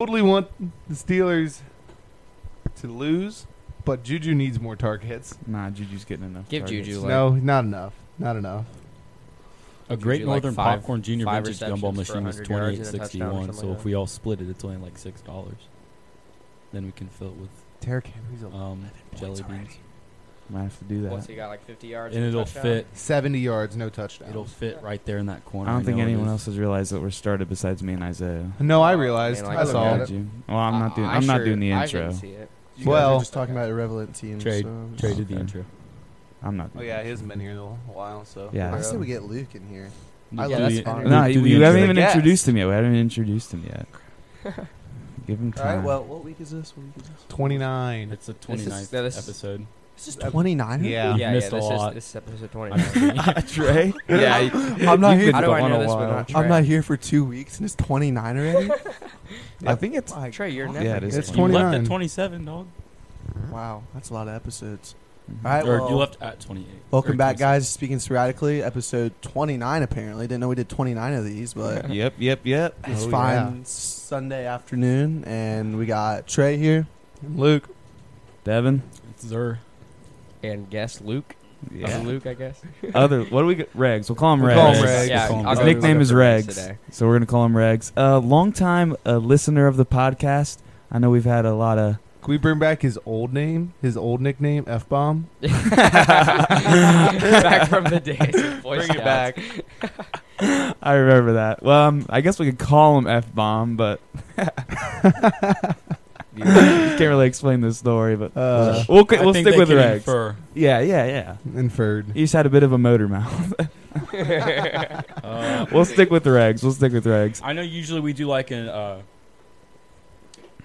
totally want the Steelers to lose, but Juju needs more targets. Nah, Juju's getting enough. Give targets. Juju, like- No, not enough. Not enough. A Did great you, like, Northern five- Popcorn Junior five Vintage receptions for Gumball Machine 100 is yards twenty and a eight touchdown or sixty one. something So like if that? we all split it, it's only like six dollars. Then we can fill it with Derrick Henry's a um, jelly beans, Might have to do that. What's he got? Like 50 yards. and a it'll touchdown? fit. 70 yards, no touchdown. It'll fit right there in that corner. I don't think know it anyone is. else has realized that we're started besides me and Isaiah. no, I Oh, realized. man, like I I saw said, it. you. Well, I'm not doing. Uh, I- I I'm not sure- doing the I intro. didn't see it. You guys Well- are just talking about irrelevant teams. Trade- so just- Traded the Okay. intro. I'm not. Doing Oh, yeah, it. he hasn't been here in a while, so. Yeah. I say we get Luke in here. Do love the- that spot. do- No, do you, the you intro. haven't even Yes. introduced him yet. We haven't even introduced him yet. Give him All time. right. Well, what week is this? What week is this? 29. It's the is- 29th that is- episode. This is 29. Yeah. yeah, missed a yeah, this lot. Is, this is episode 20. I'm just kidding. Ah, Trey. yeah, you- I'm not here. How do For, You've I gone a know this? But while. not Trey? I'm not here for two weeks, and it's 29 already. I think it's. My Trey, you're God. never. Yeah, it is. It's You 29. left at 27, dog. Wow, that's a lot of episodes. Mhm. All right. Or well, you left at 28. Welcome Or back, 27. guys. Speaking sporadically, episode 29. Apparently, didn't know we did 29 of these, but Yep. Yep. Yep. it's Oh, fine. Sunday afternoon, and we got Trey here. Luke. Devin. It's Zer. And guess Luke. Other Yeah. Luke, I guess. Other. What do we? Got? Regs. We'll call him We'll Regs. call him Regs. Regs. I'll Yeah, His go- I'll go nickname for is Regs Regs. today. So we're gonna call him Regs. Uh, long time uh, listener of the podcast. I know we've had a lot of. Can we bring back his old name, his old nickname, F Bomb? back from the days of Boy Bring it Scouts. back. I remember that. Well, um, I guess we could call him F bomb, but can't really explain the story. But Uh, we'll we'll, I we'll think stick they with can Regs. infer. Yeah. Yeah. Yeah. Inferred. He just had a bit of a motor mouth. Uh, we'll stick with Regs. We'll stick with Regs. I know usually we do like an uh,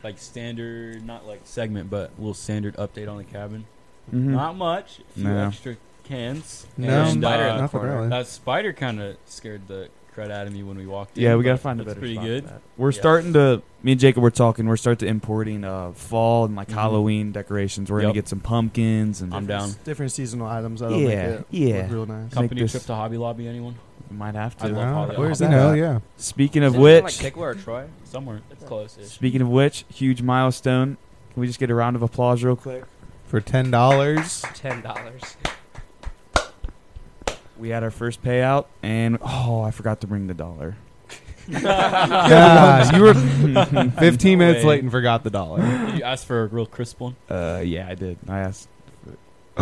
like standard, not like segment, but little standard update on the cabin. Mm-hmm. Mhm. Not much. A few No. extra cans. No, and, spider in uh, the nothing corner. really. that spider kind of scared the crud out of me when we walked in. Yeah, we gotta but find a it's better. pretty spot for good. that. We're Yeah. starting to. Me and Jacob were talking. We're starting to importing uh, fall and like Mhm. Halloween decorations. We're Yep. gonna get some pumpkins and I'm down. Different seasonal items. That'll make Yeah, it look yeah. real nice. Come- Company this- trip to Hobby Lobby. Anyone? We might have I to. love Uh, Halloween. where's You that? know, at? yeah. Speaking of Is it in, which, like Kikwa or Troy? Somewhere. It's close. speaking of which, huge milestone. Can we just get a round of applause real quick? For $10. Ten dollars. We had our first payout, and oh, I forgot to bring the dollar. God, you were 15 No minutes way. late and forgot the dollar. Did you ask for a real crisp one? Uh, yeah, I did. I asked.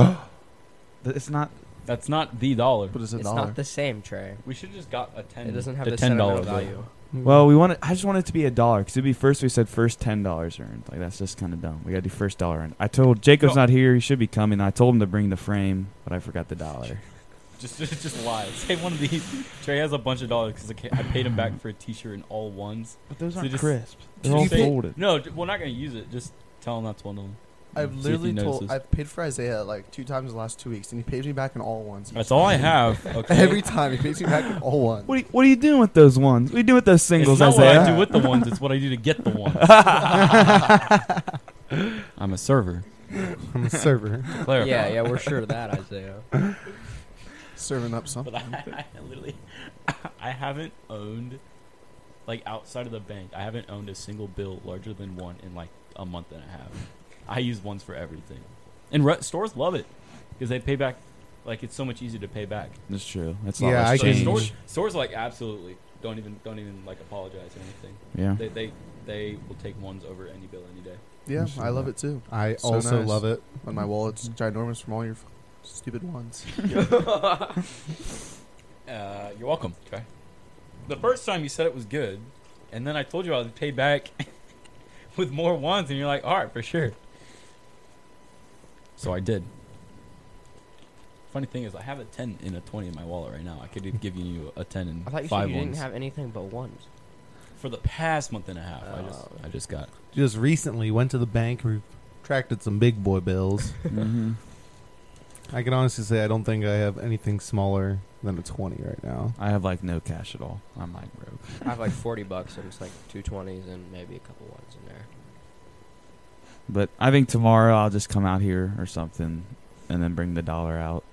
it's not. That's not the dollar. What is it? It's Dollar. not the same, Trey. We should just got a ten. It doesn't have the the ten sentimental dollar value. Well, we want. It, I just want it to be a dollar because it'd be first. We said first ten dollars earned. Like that's just kind of dumb. We gotta do first dollar earned. I told Jacob's No. not here. He should be coming. I told him to bring the frame, but I forgot the dollar. Just, just, just lie. Say one of these. Trey has a bunch of dollars because I paid him back for a T-shirt and all ones. But those So aren't just- crisp. Did They're all you think- folded. No, d- we're not gonna use it. Just tell him that's one of them. I've See if he literally told. notices. I've paid for Isaiah like two times in the last two weeks, and he pays me back in all ones. That's all I have. Okay. Every time he pays me back in all ones. What are, you, what are you doing with those ones? What are you doing with those singles, it's not Isaiah? what "Ah." I do with the ones. It's what I do to get the ones. I'm a server. I'm a server. to clarify. Yeah, yeah, we're sure of that, Isaiah. Serving up something. But I, I literally, I haven't owned, like outside of the bank, I haven't owned a single bill larger than one in like a month and a half. I use ones for everything, and re- stores love it because they pay back. Like it's so much easier to pay back. That's true. That's Yeah, I I Like, can- stores, stores like absolutely don't even don't even like apologize or anything. Yeah. They they they will take ones over any bill any day. Yeah, Sure. I love it too. I So also nice. love it. When my wallet's ginormous from all your f- stupid ones. Uh, you're welcome. Okay. The first time you said it was good, and then I told you I would pay back with more ones, and you're like, "All right, for sure." So I did. Funny thing is, I have a ten and a twenty in my wallet right now. I could have given you a ten and I thought you five said you ones didn't have anything but ones. for the past month and a half. I just, Oh. I just got. Just recently went to the bank, retracted some big boy bills. Mm-hmm. hmm I can honestly say I don't think I have anything smaller than a 20 right now. I have like no cash at all. I'm like broke. I have like forty bucks and it's like two twenties and maybe a couple ones in there. But I think tomorrow I'll just come out here or something, and then bring the dollar out,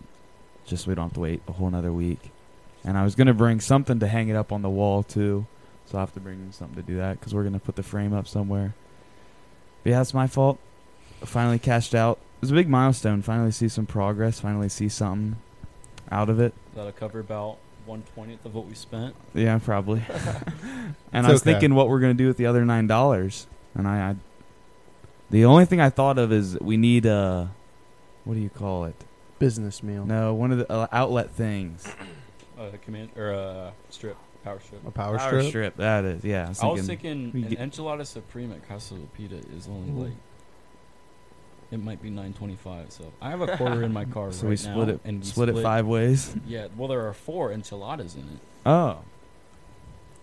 just so we don't have to wait a whole another week. And I was gonna bring something to hang it up on the wall too, So I will have to bring something to do that because we're gonna put the frame up somewhere. But yeah, it's my fault. I finally cashed out. It was a big milestone. Finally see some progress. Finally see something out of it. That'll cover about one twentieth of what we spent. Yeah, probably. and It's I was okay. thinking what we're gonna do with the other nine dollars, and I, I, the only thing I thought of is we need a, what do you call it? Business meal. No, one of the uh, outlet things. Uh, command or uh, strip, power strip. A power, Power strip. strip. That is, yeah. I was thinking we an get- enchilada supreme at Casa Lupita is only Ooh. like it might be nine twenty five. So I have a quarter in my car So right we split now, it. and we split, it five ways. Yeah, well there are four enchiladas in it, Oh,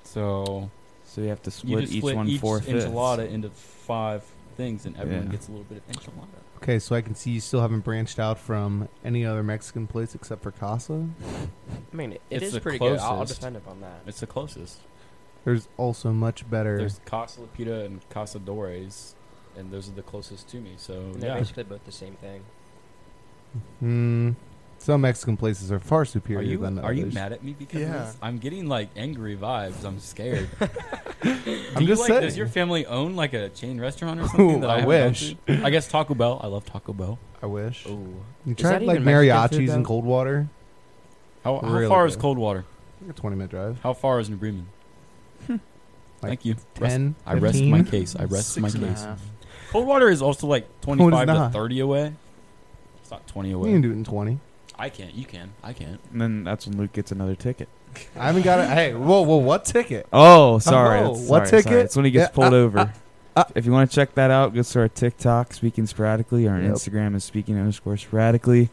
so so you have to you split just each split one each four fifths. enchilada into five things, and everyone Yeah. gets a little bit of enchilada. Okay, so I can see you still haven't branched out from any other Mexican place except for Casa. I mean, it, it It's is the pretty good. I'll, I'll closest. defend up on that. It's the closest. There's also much better. There's Casa Lupita and Casa Dores, and those are the closest to me. So They're yeah, basically both the same thing. Hmm. some Mexican places are far superior Are you than others. are you mad at me because of Yeah. this? I'm getting like angry vibes. I'm scared. Do I'm you, just like, saying. Does your family own like a chain restaurant or something? that I, I haven't gone wish. to? I guess Taco Bell. I love Taco Bell. I wish. Oh. Ooh. You Is tried that like even Mexican food, mariachis in though? Coldwater. How, how Really far is good. Coldwater? Like a 20 minute drive. How far is New Bremen? Thank you. Rest- 10. I rest 15? my case. I rest my Six and a case. half. Coldwater is also like it's 25 to not. 30 away. It's not 20 You can away. do it in 20. I can't. You can. I can't. And then that's when Luke gets another ticket. I haven't got it. Hey, whoa, whoa, what ticket? Oh, sorry. Oh, that's- what sorry, sorry. ticket? It's when he gets Yeah, pulled uh, over. uh, uh. if you want to check that out, go to our TikTok, Speaking Sporadically. Our Yep. Instagram is Speaking underscore Sporadically.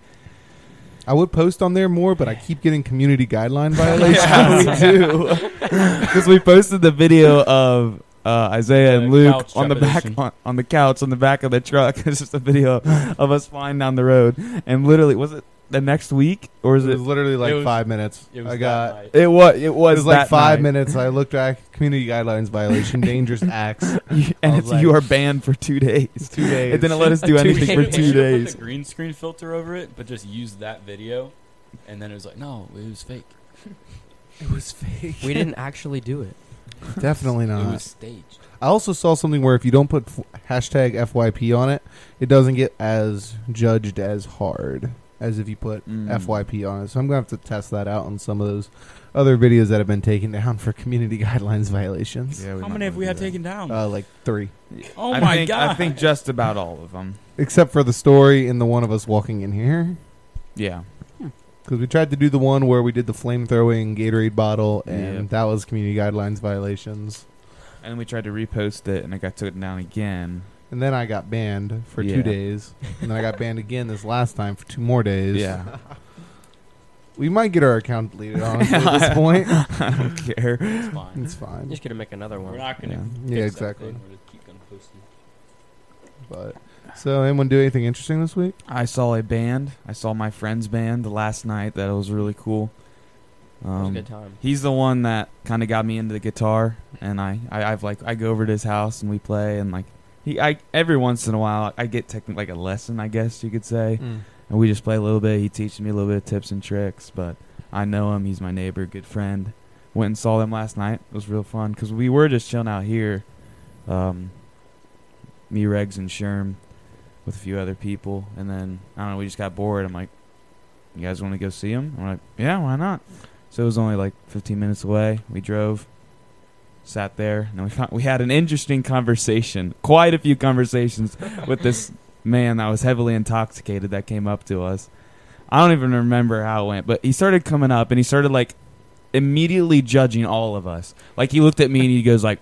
I would post on there more, but I keep getting community guideline violations. Because we posted the video of uh, Isaiah The and Luke couch on the back trepidation. on, on the couch on the back of the truck. it's just a video of us flying down the road. And literally, was it the next week or is it it? was literally like It was- five minutes. It was I that got. night. It was. It It was, was like that five night. minutes. I looked back. Community guidelines violation, dangerous acts. and I it's, was like- you are banned for two days. Two days. It didn't let us do Two anything for days. They two should have days. Put the green screen filter over it, but just use that video, and then it was like, no, it was fake. it was fake. We didn't actually do it. Definitely not. It was staged. I also saw something where if you don't put f- hashtag FYP on it, it doesn't get as judged as hard as if you put Mm. FYP on it. So I'm going to have to test that out on some of those other videos that have been taken down for community guidelines violations. Yeah, How many have we had taken down? Uh, like three. oh I my think, god! I think just about all of them. Except for the story and the one of us walking in here. Yeah. Because we tried to do the one where we did the flamethrowing Gatorade bottle, and Yep. that was community guidelines violations. And we tried to repost it, and it got taken down again. And then I got banned for Yeah. two days. and then I got banned again this last time for two more days. Yeah. We might get our account deleted, honestly, at this point. I don't care. it's fine. It's fine. Just gonna make another We're one. not gonna. Yeah. fix Yeah, that exactly. thing. We're just keep Oh, gonna post it. But so anyone do anything interesting this week? I saw a band. I saw my friend's band last night. That was really cool. It was a Um, good time. he's the one that kind of got me into the guitar, and I, I, I've like I go over to his house and we play, and like he, I every once in a while I get technically like a lesson, I guess you could say. and we just play a little bit. He teaches me a little bit of tips and tricks, but I know him. He's my neighbor, good friend. Went and saw them last night. It was real fun because we were just chilling out here, um, me, Regs, and Sherm, with a few other people, and then I don't know. We just got bored. I'm like, "You guys want to go see him?" I'm like, "Yeah, why not?" So it was only like 15 minutes away. We drove, sat there, and then we found, we had an interesting conversation. Quite a few conversations with this man that was heavily intoxicated that came up to us. I don't even remember how it went, but he started coming up and he started like immediately judging all of us. Like he looked at me and he goes like,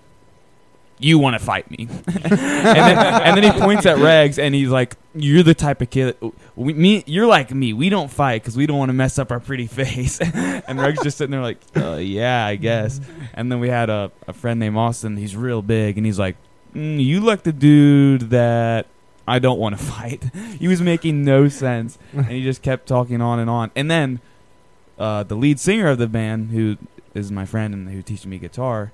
"You want to fight me?" and, then, and then he points at Rags and he's like, "You're the type of kid. We, me, you're like me. We don't fight because we don't want to mess up our pretty face." and Rags just sitting there like, uh, "Yeah, I guess." And then we had a, a friend named Austin. He's real big and he's like, mm, "You like the dude that." I don't want to fight. he was making no sense, and he just kept talking on and on. And then uh, the lead singer of the band, who is my friend and who teaches me guitar,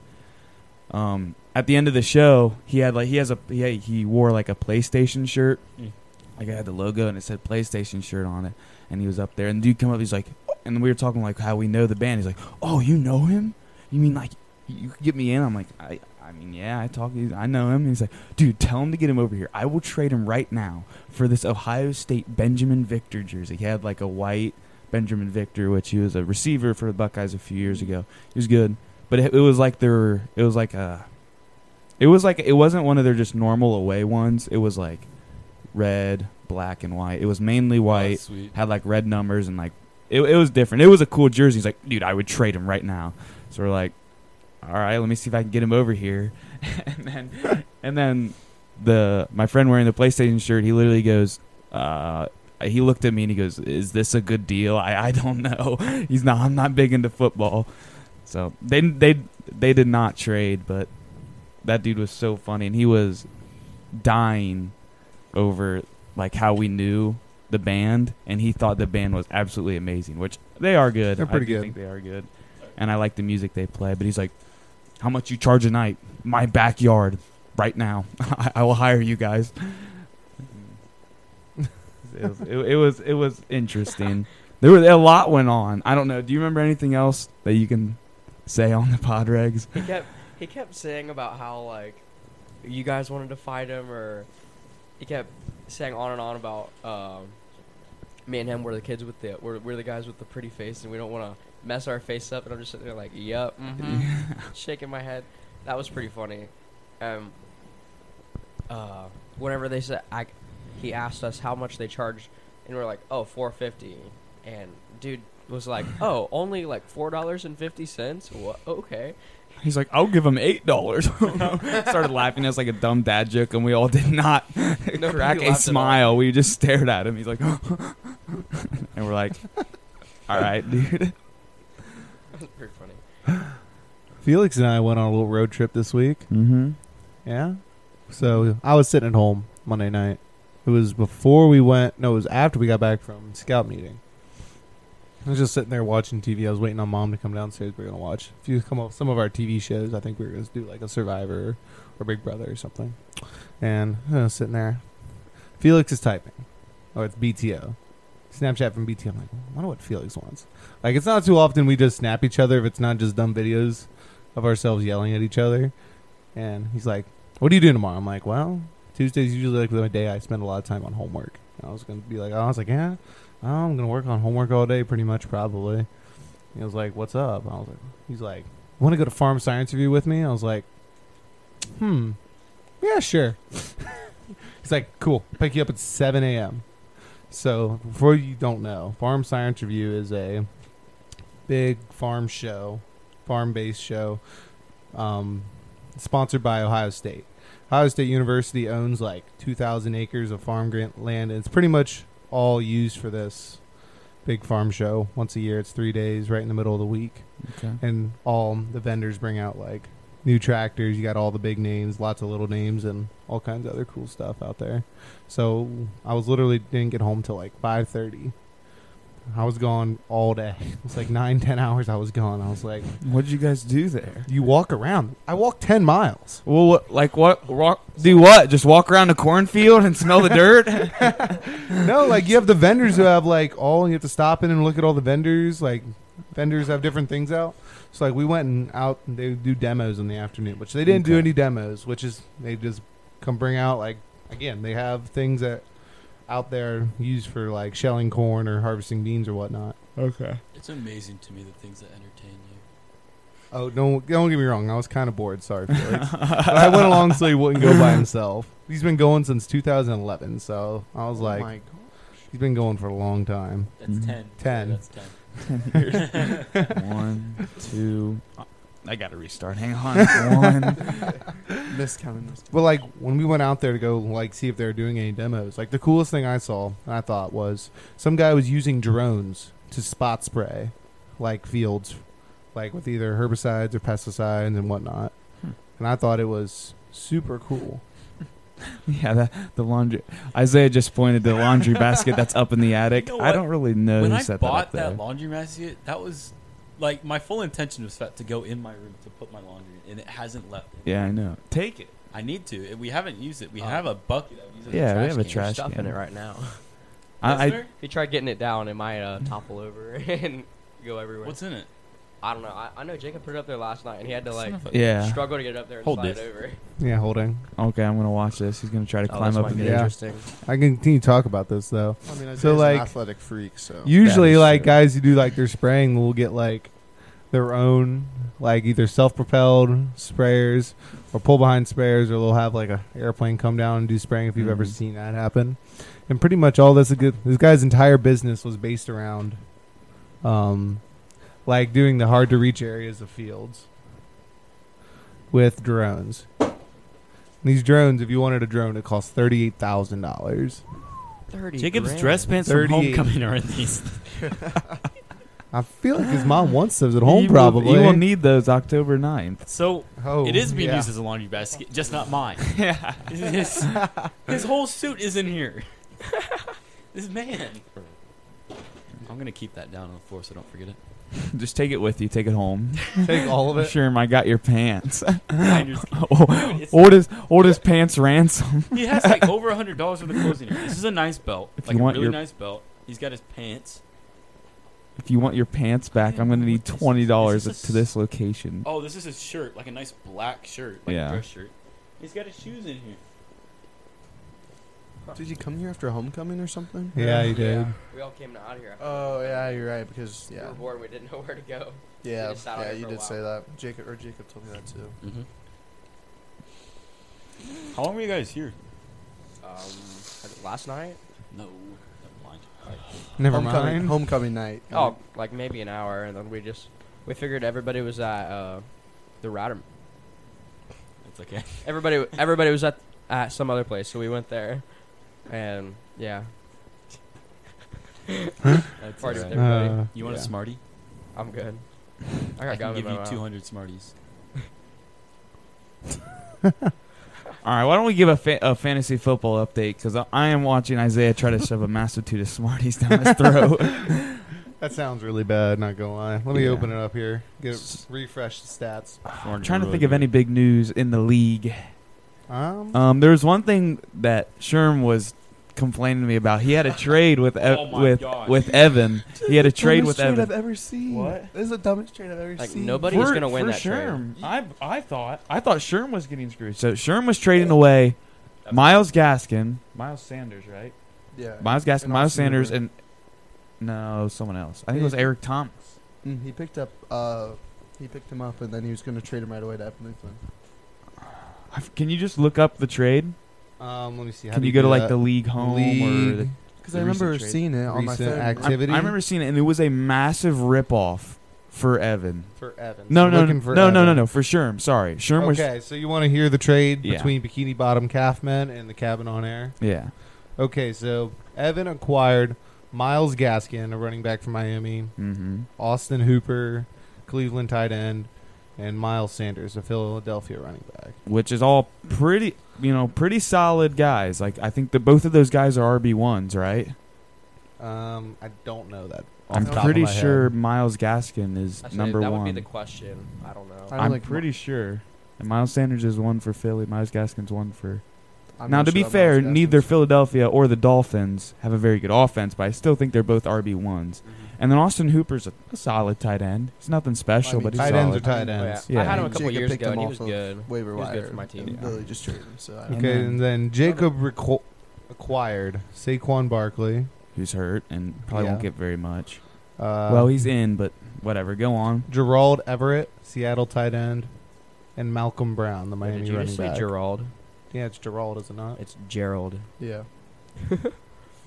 um, at the end of the show, he had like he has a he, had- he wore like a PlayStation shirt. Mm. Like I had the logo and it said PlayStation shirt on it, and he was up oh, there. And the dude come up, he's like, and we were talking like how we know the band. He's like, oh, you know him? You mean like you could get me in. I'm like, I, I mean, yeah, I talk. to- I know him. He's like, dude, tell him to get him over here. I will trade him right now for this Ohio State Benjamin Victor jersey. He had like a white Benjamin Victor, which he was a receiver for the Buckeyes a few years ago. He was good, but it, it was like their, it was like a, it was like it wasn't one of their just normal away ones. It was like red, black, and white. It was mainly white sweet. had like red numbers and like it, it was different. It was a cool jersey. He's like, dude, I would trade him right now. So we're like, all right, let me see if I can get him over here. and then and then the my friend wearing the PlayStation shirt, he literally goes, uh, he looked at me and he goes, "Is this a good deal? I, I don't know. He's not. I'm not big into football." So they they they did not trade, but that dude was so funny and he was dying over like how we knew the band and he thought the band was absolutely amazing, which they are good. They're I pretty do good. think they are good. And I like the music they play, but he's like, "How much you charge a night? My backyard right now. I, I will hire you guys." it, was, it, it was it was interesting. There was a lot went on. I don't know. Do you remember anything else that you can say on the pod regs? He kept he kept saying about how like you guys wanted to fight him, or he kept saying on and on about um, me and him were the kids with the we're, we're the guys with the pretty face, and we don't want to mess our face up. And I'm just sitting there like, yup, mhm," shaking my head. That was pretty funny. Um, uh, whenever they said I, he asked us how much they charged, and we are like, oh, four fifty, and dude was like, oh, only like four dollars and fifty cents. What? Okay. He's like, "I'll give him eight dollars." Started laughing as like a dumb dad joke, and we all did not crack laughed a at smile. We just stared at him. He's like, and we're like, "All right, dude." That was pretty funny. Felix and I went on a little road trip this week. Mm-hmm. Yeah. So I was sitting at home Monday night. It was before we went. No, it was after we got back from scout meeting. I was just sitting there watching TV. I was waiting on mom to come downstairs. We are gonna watch a few come up, some of our TV shows. I think we were gonna do like a Survivor or Big Brother or something. And I was sitting there. Felix is typing. Oh, it's BTO. Snapchat from BTO. I'm like, I wonder what Felix wants. Like, it's not too often we just snap each other if it's not just dumb videos of ourselves yelling at each other. And he's like, what are you doing tomorrow? I'm like, well, Tuesday's usually like the day I spend a lot of time on homework. And I was gonna be like, I was like, yeah, I'm gonna work on homework all day, pretty much, probably. And he was like, what's up? I was like, he's like, want to go to farm science review with me? I was like, hmm, yeah, sure. he's like, cool, pick you up at 7 a.m. So, for you don't know, farm science review is a big farm show, farm-based show, um, sponsored by Ohio State. Ohio State University owns like 2,000 acres of farm grant land, and it's pretty much all used for this big farm show. Once a year, it's three days, right in the middle of the week, Okay. and all the vendors bring out like new tractors. You got all the big names, lots of little names, and all kinds of other cool stuff out there. So I was literally didn't get home till like 5:30. I was gone all day. It was like nine, ten hours. I was gone. I was like, What did you guys do there? you walk around. I walked ten miles. Well, what, like what? Walk, do what? Just walk around a cornfield and smell the dirt? no, like you have the vendors who have like all you have to stop in and look at all the vendors. Like vendors have different things out. So like we went and out and they do demos in the afternoon, which they didn't do Okay. any demos, which is they just come bring out like again, they have things that out there used for like shelling corn or harvesting beans or whatnot. okay. It's amazing to me the things that entertain you. Oh, don't don't get me wrong, I was kinda bored, sorry Felix. but I went along so he wouldn't go by himself. He's been going since 2011, so I was like, oh my God. he's been going for a long time. That's Mhm. ten. So Ten. That's ten. One, two. I gotta restart. Hang on. One. Miscounting this. But like when we went out there to go like see if they were doing any demos, like the coolest thing I saw and I thought was some guy was using drones to spot spray like fields, like with either herbicides or pesticides and whatnot. Hmm. And I thought it was super cool. Yeah, that, the laundry. Isaiah just pointed to the laundry basket that's up in the attic. You know I what? don't really know when who I set bought that up that laundry basket, that was like my full intention was that to go in my room to put my laundry, in, and it hasn't left. there. Yeah, I know. Take it. I need to. We haven't used it. We Oh. have a bucket. I've used it in the Yeah, we trash have a can. trash stuff can. in it right now. Is I, I there? If you try getting it down, it might uh, topple over and go everywhere. What's in it? I don't know. I, I know Jacob put it up there last night, and he had to like Yeah. struggle to get it up there and Hold slide this. it over. Oh, Yeah, holding. Okay, I'm gonna watch this. He's gonna try to climb up might and be get it. interesting. I can continue to talk about this though. I mean, So, so like, an athletic freak, so Usually, is like true. guys who do like their spraying will get like their own, like either self-propelled sprayers or pull-behind sprayers, or they'll have like a airplane come down and do spraying. If you've ever Mhm. seen that happen, and pretty much all this this guy's entire business was based around, um, like doing the hard-to-reach areas of fields with drones. These drones, if you wanted a drone, it costs thirty-eight thousand dollars. Thirty. Jacob's grand. dress pants from 38. homecoming are in these. I feel like his mom wants those at home, You will- probably. you will need those October 9th. So Oh, it is being yeah. used as a laundry basket, just not mine. his, his whole suit is in here. this man. I'm gonna keep that down on the floor so I don't forget it. Just take it with you. Take it home. Take all of it. Sherm, I got your pants. Rangers- Dude, it's- oldest, oldest pants ransom. he has like over a hundred dollars worth of clothes in here. This is a nice belt, If like you a want really your- nice belt. He's got his pants. If you want your pants back, I'm gonna need This is- twenty dollars this is- to this location. Oh, this is his shirt, like a nice black shirt, like Yeah. a dress shirt. He's got his shoes in here. did you come here after homecoming or something? Yeah, he did. Yeah, we all came out of here. after Oh yeah, you're right because We yeah, were bored. We didn't know where to go. yeah, just sat on yeah. it You for a did while. say that. uh, Jacob or Jacob told me that too. Mm-hmm. How long were you guys here? Um, last night. No, never mind. Never homecoming, mind. homecoming night. Oh, like maybe an hour, and then we just we figured everybody was at uh, the Rotter. It's okay. Everybody, everybody was at at some other place, so we went there, and yeah, That's Party all right. with everybody. Uh, You want yeah. a smartie? I'm good. I got I gum can in give my you mouth. 200 smarties. All right, why don't we give a, fa- a fantasy football update? Because I, I am watching Isaiah try to shove a massive tube of Smarties down his throat. That sounds really bad. Not gonna lie. Let me Yeah. open it up here. Get refresh the stats. I'm trying to think of any big news in the league. Um, Um, there was one thing that Sherm was complaining to me about. He had a trade with e- Oh my with gosh. with Evan. He had a trade with trade I've Evan. ever seen. What? This is the dumbest trade I've ever Like, seen. nobody- Nobody's For- gonna win for that trade. Sherm. I I thought I thought Sherm was getting screwed. So Sherm was trading away Miles Gaskin, Miles Sanders, right? Yeah. Miles Gaskin, And Miles Austin Sanders, Hooper. and no, someone else. I think it was Eric Thomas. Mm, he picked up. Uh, he picked him up, and then he was going to trade him right away to Epington. I f- Can you just look up the trade? um, let me see. How Can do you go to do like that? the league home or the League. Because The I remember recent trade. seeing it on my Recent phone. activity. I, I remember seeing it, and it was a massive ripoff for Evan. for Evan? No, I'm no, no, looking for no, no, no, Evan. no, for Sherm. Sorry, Sherm was. Okay, so you want to hear the trade Yeah. between Bikini Bottom Calfmen and the Cabin on Air? Yeah, Okay, so Evan acquired Miles Gaskin, a running back from Miami, mm-hmm. Austin Hooper, Cleveland tight end, and Miles Sanders, a Philadelphia running back. which is all pretty, you know, pretty solid guys. Like I think that both of those guys are RB ones, right? Um, I don't know that. off I'm the top of pretty my head. sure Miles Gaskin is I say number that one. would be the question. I don't know. I- I'm like- pretty sure. And Miles Sanders is one for Philly. Miles Gaskin's one for. I'm now, not to be sure about fair, Miles Gaskin. neither Philadelphia or the Dolphins have a very good offense, but I still think they're both RB ones. And then Austin Hooper's a, a solid tight end. He's nothing Mm-hmm. I special, mean, but he's tight ends solid. are tight I mean, ends. Yeah. Oh, I had him a couple Jacob years picked ago, him and he off was of good. Waiver He was wire. good for my team. and Yeah. Literally just traded him. So I And don't Okay, then- and then Jacob reco- acquired Saquon Barkley. who's hurt and probably won't Yeah. get very much. Uh, well, he's in, but whatever. Go on. Gerald Everett, Seattle tight end, and Malcolm Brown, the Miami Did you running just say back. Gerald? yeah, it's Gerald, is it not? It's Gerald. yeah.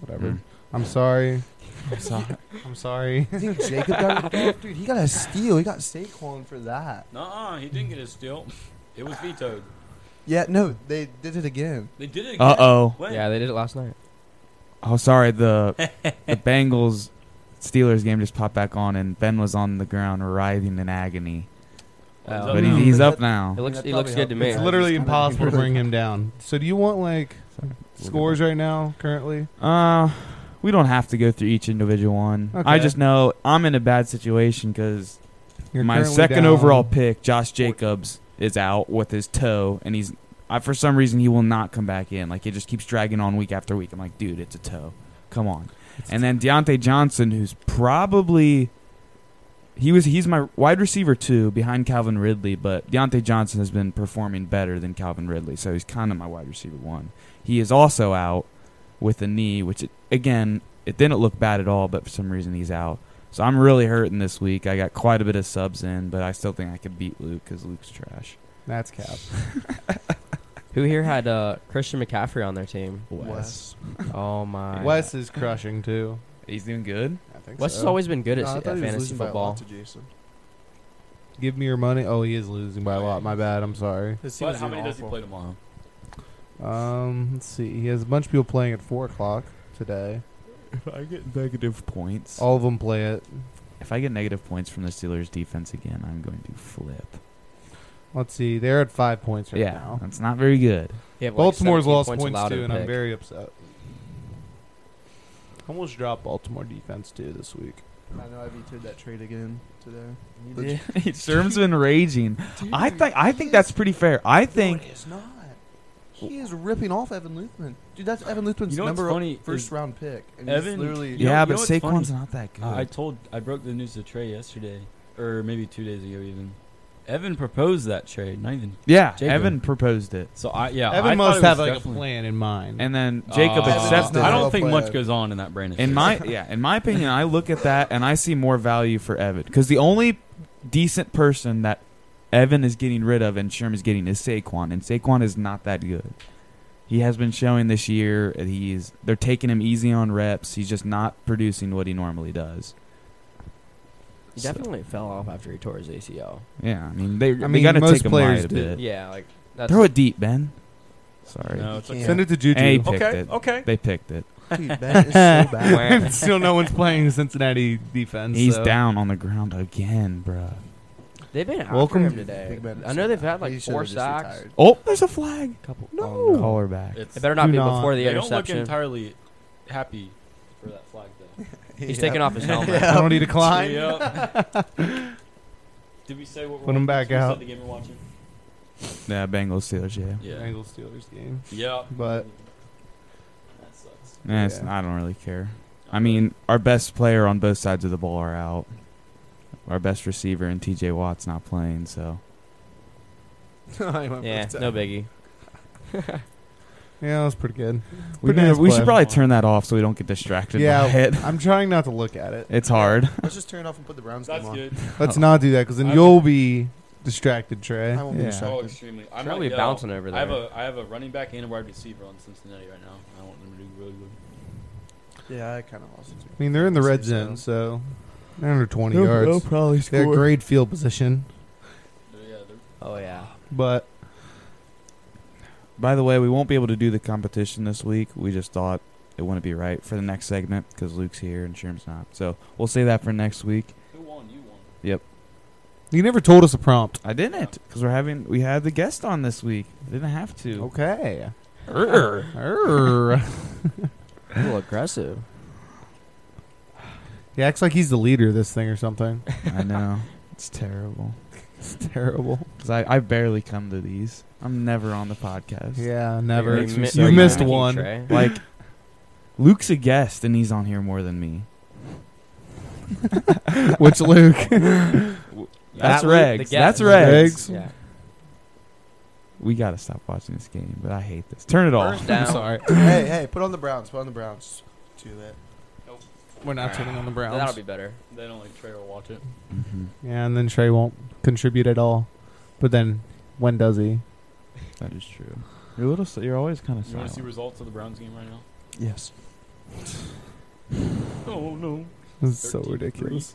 Whatever. Mm. I'm sorry. I'm sorry. I'm sorry. You think Jacob got it? Dude, he got a steal. He got Saquon for that. Nuh-uh, he didn't get a steal. It was vetoed. Yeah, no, they did it again. They did it again. Uh oh. When? Yeah, they did it last night. Oh, sorry. The the Bengals Steelers game just popped back on, and Ben was on the ground writhing in agony. One's Oh. But he, now. he's up It now. looks. that It looks probably good to helped. me. it's Yeah, literally it's kinda impossible to really- bring him down. So do you want like scores right now currently? Uh, we don't have to go through each individual one. I Okay. just know I'm in a bad situation because You're my currently second down. overall pick, Josh Jacobs, is out with his toe, and he's I, for some reason he will not come back in. Like it just keeps dragging on week after week. I'm like, dude, it's a toe. Come on. and then Deontay Johnson, who's probably He was he's my wide receiver too, behind Calvin Ridley. But Deontay Johnson has been performing better than Calvin Ridley, so he's kind of my wide receiver one. He is also out with a knee, which it, again it didn't look bad at all, but for some reason he's out. So I'm really hurting this week. I got quite a bit of subs in, but I still think I could beat Luke because Luke's trash. That's cap. Who here had uh, Christian McCaffrey on their team? Wes. Oh my. Wes is crushing too. He's doing good. I think Wes has so. always been good at, No, I s- thought at he was fantasy losing by a lot football. to Jason. Give me your money. Oh, he is losing by a lot. My bad. I'm sorry. His team But is how doing many does he awful. play tomorrow? Um, let's see. He has a bunch of people playing at four o'clock today. If I get negative points, All of them play it. Oh. if I get negative points from the Steelers defense again, I'm going to flip. Let's see. They're at five points right yeah, now. that's not very good. They have, like, Baltimore's 17 lost points points, allowed too, in and a I'm pick. very upset. Almost dropped Baltimore defense too this week. I know I vetoed that trade again today. Yeah, Sherm's been raging. I think I think that's pretty fair. I think No, it is not. He is ripping off Evan Luthman. Dude, that's Evan Luthman's You know what's number funny is first round pick. And he's Evan- literally You know- yeah, you but know what's Saquon's not that good. I I told I broke the news to Trey yesterday, or maybe two days ago even. Evan proposed that trade, not even. yeah, Jacob. Evan proposed it, So I yeah. I Evan thought must it was have like a definitely- plan in mind. and then Jacob Uh, accepted. I it. don't it. think Well much played. goes on in that brain. of In shit. my yeah, in my opinion, I look at that and I see more value for Evan because the only decent person that Evan is getting rid of and Sherm is getting is Saquon, and Saquon is not that good. He has been showing this year. that He's they're taking him easy on reps. He's just not producing what he normally does. He So- definitely fell off after he tore his ACL. yeah, I mean they. mean, got to most take him players light a do. bit. Yeah, like that's Throw it deep, Ben. Sorry, No, it's You okay. can't. Send it to Juju. Hey, picked Okay, it. okay. they picked it. Dude, that is so bad. Still, no one's playing Cincinnati defense. He's so. down on the ground again, bruh. They've been after Welcome- him today. Big Ben is I so know they've bad. had like He should four have just sacks. retired. Oh, there's a flag. Couple. No. Oh, no. Caller back. It's, It better not Do be not. before the they don't look interception. entirely happy for that flag though. He's Yeah. taking off his helmet. I don't need to climb. Yep. Did we say what? we're Put 'em watching? back We said out. The game we're watching. Yeah, Bengals Steelers. Yeah. Yeah. Bengals Steelers game. Yep. But- That sucks. Nah, it's- Yeah. I don't really care. I mean, our best player on both sides of the ball are out. Our best receiver and T.J. Watt's not playing, so He went for yeah, a sack. no biggie. Yeah, that was pretty good. we, Pretty nice we should play. probably turn that off so we don't get distracted. Yeah, Yeah, by it. I'm trying not to look at it. it's hard. Let's just turn it off and put the Browns game That's on. good. Let's not do that because then I- you'll be distracted, Trey. I won't Yeah. be Oh, distracted. extremely. I'm Probably bouncing over I there. have a I have a running back and a wide receiver on Cincinnati right now. I want them to do really good. Yeah, I kind of lost it. too. I mean, they're in the Say red so. zone, so they're under 20 yards. probably They got great field position, They're- yeah, they're- oh yeah. but By the way, we won't be able to do the competition this week. We just thought it wouldn't be right for the next segment because Luke's here and Sherm's not. So we'll say that for next week. who won? You won. you never told us a prompt. I didn't because we're having we had the guest on this week. I didn't have to. Okay. Err. Err. A little aggressive. he acts like he's the leader of this thing or something. I know it's terrible. It's terrible. Because I, I barely come to these. I'm never on the podcast. Yeah, It never. makes me so You missed mad. one. Like, Luke's a guest and he's on here more than me. Which Luke? That's Regs. That's Regs. Yeah. We got to stop watching this game, but I hate this. Turn it off. First down. Sorry. hey, hey, put on the Browns. Put on the Browns. Too late. We're not turning on the Browns. That'll be better. They don't like Trey or watch it. Mm-hmm. yeah, and then Trey won't contribute at all. But then, when does he? That is true. You're a little. s- You're always kind of You want to see silent. results of the Browns game right now? Yes. Oh no. It's so 13-3. ridiculous.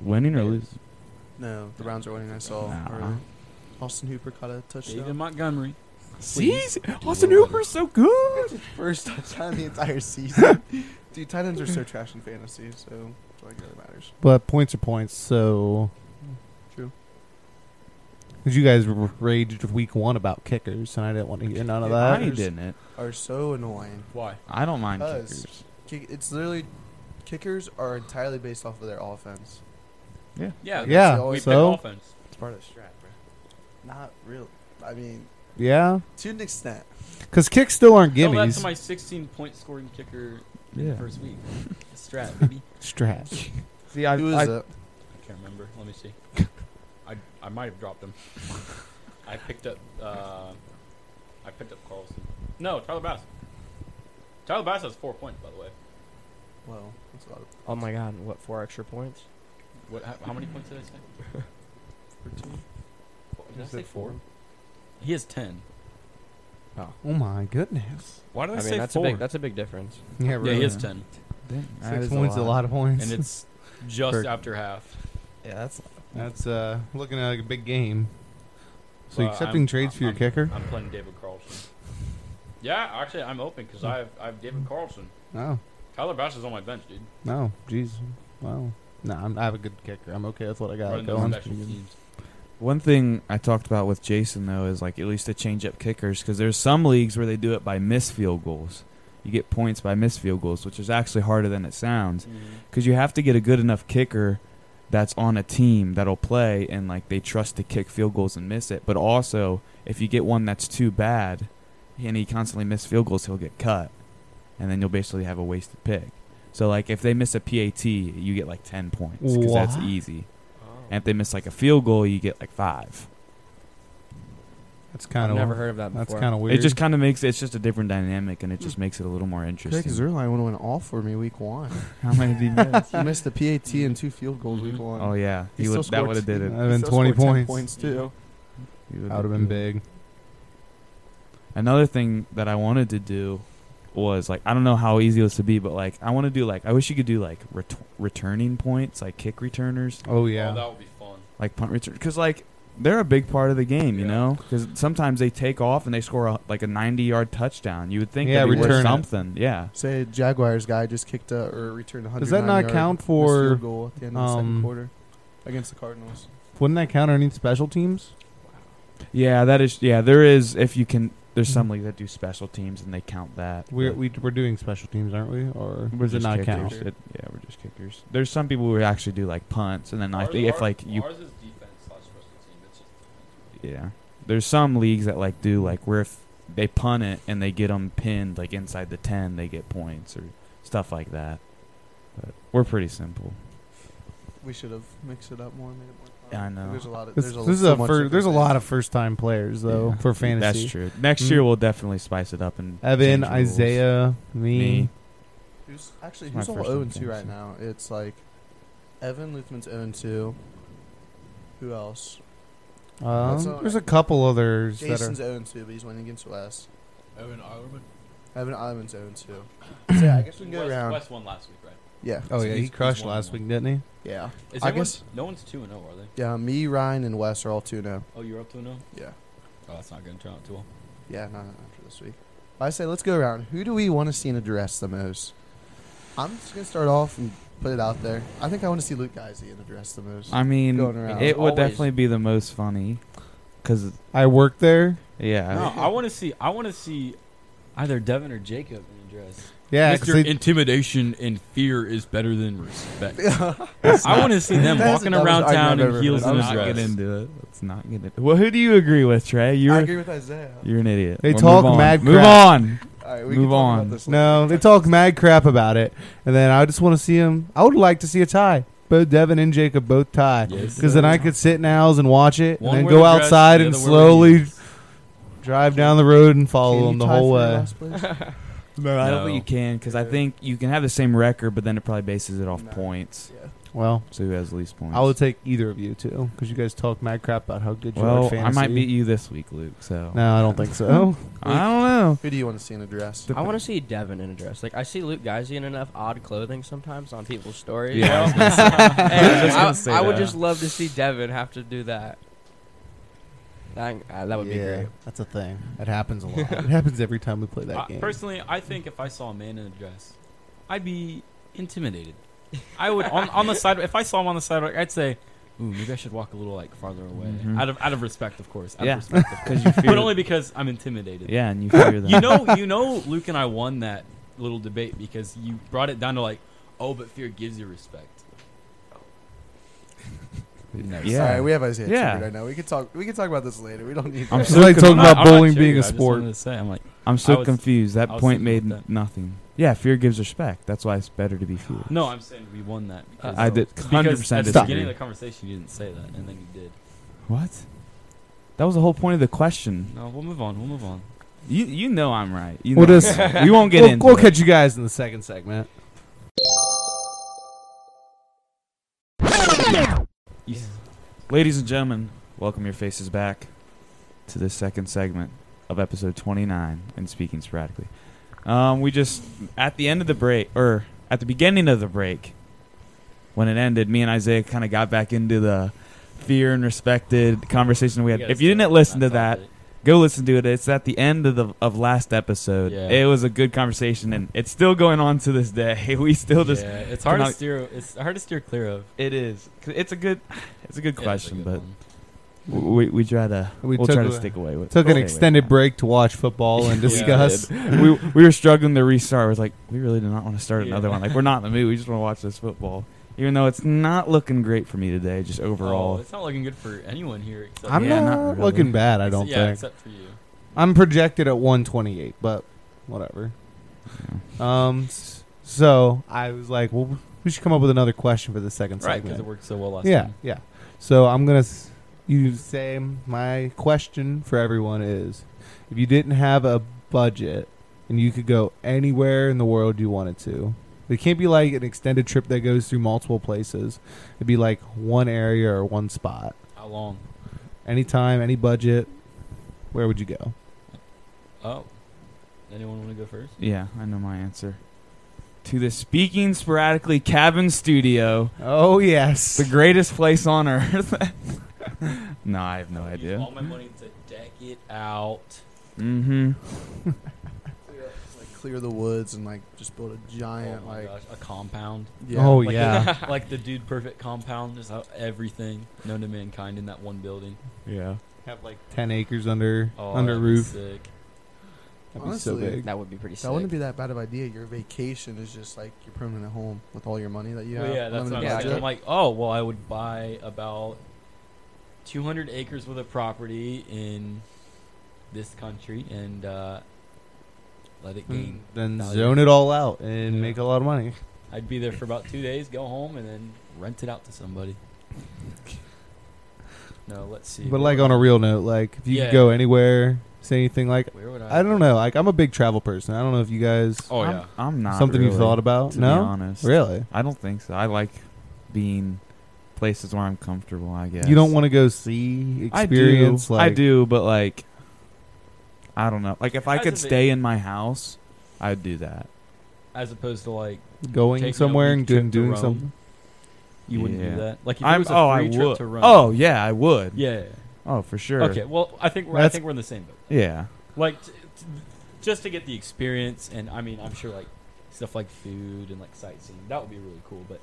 Winning or losing? No, the Browns are winning. I saw. Nah. earlier. Austin Hooper caught a David touchdown. Montgomery. See, Austin Hooper's so good. First touchdown of the entire season. Dude, tight ends are so trash in fantasy, so it's like really matters. But points are points, so. True. Because you guys r- raged week one about kickers, and I didn't want to hear none of I that. Niners. didn't. Are so annoying. Why? I don't mind Us. kickers. Kick, it's literally kickers are entirely based off of their offense. Yeah. Yeah, We pick so- offense. It's part of the strat, bro. Not real. I mean, Yeah, to an extent. because kicks still aren't Tell that to gimmies. my 16 point scoring kicker in Yeah. the first week. Strat, baby. Strat. See, I, Who is I it? can't remember. Let me see. I I might have dropped him. I picked up. Uh, I picked up Carlson. No, Tyler Bass. Tyler Bass has four points, by the way. Well, that's a lot of Oh my god, what, four extra points? What? How, how many points did I say? Fourteen. Four- Did I You said say four? four. He has ten. Oh my goodness. Why did I, I say mean, that's four? a big that's a big difference. Yeah, yeah, really. he has ten, Six points is a lot of points. and it's just Perfect. after half. Yeah, that's. That's uh, looking at a big game. So you Well, accepting I'm- trades for your I'm- kicker? I'm playing David Carlson. Yeah, actually, I'm open because I've I've David Carlson. No, Tyler Bass is on my bench, dude. no, jeez, wow. No, I'm, I have a good kicker. I'm okay with what I got Running those going. special Mm-hmm. teams. One thing I talked about with Jason though is like at least to change up kickers because there's some leagues where they do it by missed field goals. You get points by missed field goals, which is actually harder than it sounds because you have to get a good enough kicker that's on a team that'll play and like they trust to kick field goals and miss it. But also, if you get one that's too bad and he constantly misses field goals, he'll get cut, and then you'll basically have a wasted pick. So like if they miss a PAT, you get like ten points because that's What? easy. And if they miss like a field goal, you get like five. That's I've kind of never heard of that before. That's kind of weird. It just kind of makes it's just a different dynamic, and it just makes it a little more Hmm. Craig interesting. Zerline would have went all for me week one. How many did he miss? he missed the PAT and two field goals Mm-hmm. Mm-hmm. week one. oh yeah, He he still would, that scored would have did it. two. He I've been still 20 scored 10 points. points Oh, too. He that would've would did have been it. big. Another thing that I wanted to do was like I don't know how easy this would be, but like I want to do like I wish you could do like ret- returning points, like kick returners, Oh Yeah, oh, yeah. that would be fun. like punt return, because like they're a big part of the game, you Yeah. know. Because sometimes they take off and they score a, like a ninety-yard touchdown. You would think Yeah, that'd be worth return it. something, yeah. Say Jaguars guy just kicked a or returned a hundred. Does that not count for? goal at the end of the um, second quarter against the Cardinals? Wouldn't that count underneath special teams? Yeah, that is. Yeah, there is. If you can, there's some leagues that do special teams and they count that. We're but Mm-hmm. we, we're doing special teams, aren't we? Or we're does it just not kickers. count? It- yeah, we're just kickers. There's some people who actually do like punts, and then I Ours- think if ours- like you, ours is defense slash special team. It's just defense. yeah, there's some leagues that like do like where if they punt it and they get them pinned like inside the ten, they get points or stuff like that. But we're pretty simple. We should have mixed it up more, made it more. Fun. Yeah, I know. Uh, There's a lot of. This, There's a, this is so a much fir- there's a different lot of things. first time players though Yeah. for fantasy. That's true. Next Mm. year we'll definitely spice it up and change Evan, the rules. Isaiah, me. me. Who's, actually, It's my who's all first 0 time and 2 right fantasy. now? It's like Evan Luthman's 0 and 2. Who else? Um, That's all there's a right. couple others Jason's that 0 and 2, but he's winning against Wes. Owen Ireland. Evan Island's 0 and 2. So yeah, I guess we can go West, around. West won last week, right? Yeah. are. Oh So yeah, he's- he he's crushed one and last one. week, didn't he? Yeah. Is I everyone- guess- no one's two and zero, are they? Yeah, me, Ryan, and Wes are all 2 now. Oh, you're up two and zero. Yeah. Oh, that's not going to turn out too well. Yeah, not after this week. I say let's go around. Who do we want to see in a dress the most? I'm just gonna start off and put it out there. I think I want to see Luke Geisey in a dress the most. I mean, Going around. it would Always. definitely be the most funny, cause I worked there. yeah, No, I want to see. I want to see either Devin or Jacob in a dress. Yeah, 'cause Mr. they- Intimidation and fear is better than respect. That's I not- want to see them That's walking the dumbest around argument I've town in ever heels heard. Let's and not a get dress. into it. Let's not get into. Well, who do you agree with, Trey? I You're agree with Isaiah. you're an idiot. They Well, talk move on. mad Move crap. on. All right, we Move can talk on. About this no, later. they talk mad crap about it, and then I just want to see him. I would like to see a tie. Both Devin and Jacob both tie, Yes, because then I could sit in owls and watch it, One and wear then go the dress, outside the and other wear the slowly heels. drive down the road and follow Can you them the tie whole for your way. last place? No, I don't think No. you can because I think you can have the same record, but then it probably bases it off No. points. Yeah. Well, So who has the least points? I would take either of you two, because you guys talk mad crap about how good you are. at well, I fantasy. might beat you this week, Luke. So No, I don't think so. I don't know. Who do you want to see in a dress? I want to see Devin in a dress. Like I see Luke Geisey in enough odd clothing sometimes on people's stories. Yeah, I was gonna say- Hey, I was I, just gonna say I would that. just love to see Devin have to do that. That, uh, that would be Yeah, great. That's a thing. It happens a lot. it happens every time we play that Uh, I- game. personally, I think if I saw a man in a dress, I'd be intimidated. I would on, on the side. If I saw him on the sidewalk, I'd say, "Ooh, maybe I should walk a little like farther away." Mhm. Mm-hmm. Out of out of respect, of course. Out Yeah. of respect, of course. Because you fear. but only because I'm intimidated. yeah, and you fear that. You know, you know, Luke and I won that little debate because you brought it down to like, "Oh, but fear gives you respect." Yeah. All right, we have Isaiah Yeah. yeah. right now. We could talk. We could talk about this later. We don't need. I'm to- It's like talking I'm not- about I'm not bowling being joking, a I just sport. wanted to say, I'm like, I'm I so was- confused. That I was point thinking made about n- nothing. Yeah, fear gives respect. That's why it's better to be feared. No, I'm saying we won that. Because I did because 100% At the disagree. beginning of the conversation, you didn't say that, and then you did. What? That was the whole point of the question. No, we'll move on. We'll move on. You you know I'm right. You We'll know I'm just- right. we won't get we'll, into we'll it. catch you guys in the second segment. You s- Ladies and gentlemen, welcome your faces back to the second segment of episode 29 and speaking sporadically. Um, we just at the end of the break or at the beginning of the break when it ended, me and Isaiah kind of got back into the fear and respected conversation we you had. gotta If you stay didn't on listen to that, topic. go listen to it. It's at the end of the of last episode. Yeah. It was a good conversation and it's still going on to this day. We still just yeah, it's hard to cannot- steer. It's hard to steer clear of. it is. 'Cause It's a good it's a good Yeah, it's a question, good but one. we, we try to We we will took try to a- stick away with Took an stay away extended from break to watch football and Yeah. discuss. that. we we were struggling to restart. It was like we really do not want to start Yeah. another one. Like we're not in the mood. We just want to watch this football, even though it's not looking great for me today. Just Oh, overall, it's not looking good for anyone here. Except I'm Yeah, not, not really. looking bad. I Ex- don't yeah, think. except for you. I'm projected at 128, but whatever. Um, s- so I was like, well, we should come up with another question for the second Right, because segment. it worked so well last yeah, time. yeah. So I'm gonna s- you say my question for everyone is, if you didn't have a budget and you could go anywhere in the world you wanted to, it can't be like an extended trip that goes through multiple places. It'd be like one area or one spot, How long? anytime, any budget. Where would you go? Oh, anyone want to go first? yeah, I know my answer. To the speaking sporadically cabin studio, Oh yes, the greatest place on earth. no, I have no Use idea. All my money to deck it out. Mm-hmm. Like clear the woods and like just build a giant oh my like gosh, a compound. yeah. Oh Like yeah, the, like the dude perfect compound. There's out- everything known to mankind in that one building. Yeah. have like ten acres under Oh, under that'd be roof. Sick. That'd be so Honestly, big. That would be pretty sick. That wouldn't be that bad of idea. Your vacation is just like your permanent home with all your money that you Yeah, have. yeah that's what I'm, limited Yeah, like. budget. I'm like, oh, well, I would buy about 200 acres worth of property in this country and uh, let Hmm. it gain. Mm. Then value. zone it all out and Yeah. make a lot of money. I'd be there for about two days, go home, and then rent it out to somebody. No, let's see. But like on a real note, like if you Yeah. could go anywhere, say anything like where would I? I don't know, like I'm a big travel person. I don't know if you guys Oh I'm, yeah, I'm not something really, you've thought about. To be No, honest, really. I don't think so. I like being places where I'm comfortable. I guess You don't want to go see I experience. do. Like I do, but like, I don't know. Like, if I As a could va- stay in my house, I'd do that. as opposed to like going Taking a somewhere week and trip doing, to doing Rome. something. you wouldn't Yeah. do that. Like if it I'm. was a Oh, I free trip would. to Rome. Oh, yeah, I would. yeah. yeah. Oh, for sure. Okay, well, I think we're, I That's- think we're in the same boat. Yeah. like t- t- just to get the experience and i mean i'm sure like stuff like food and like sightseeing that would be really cool but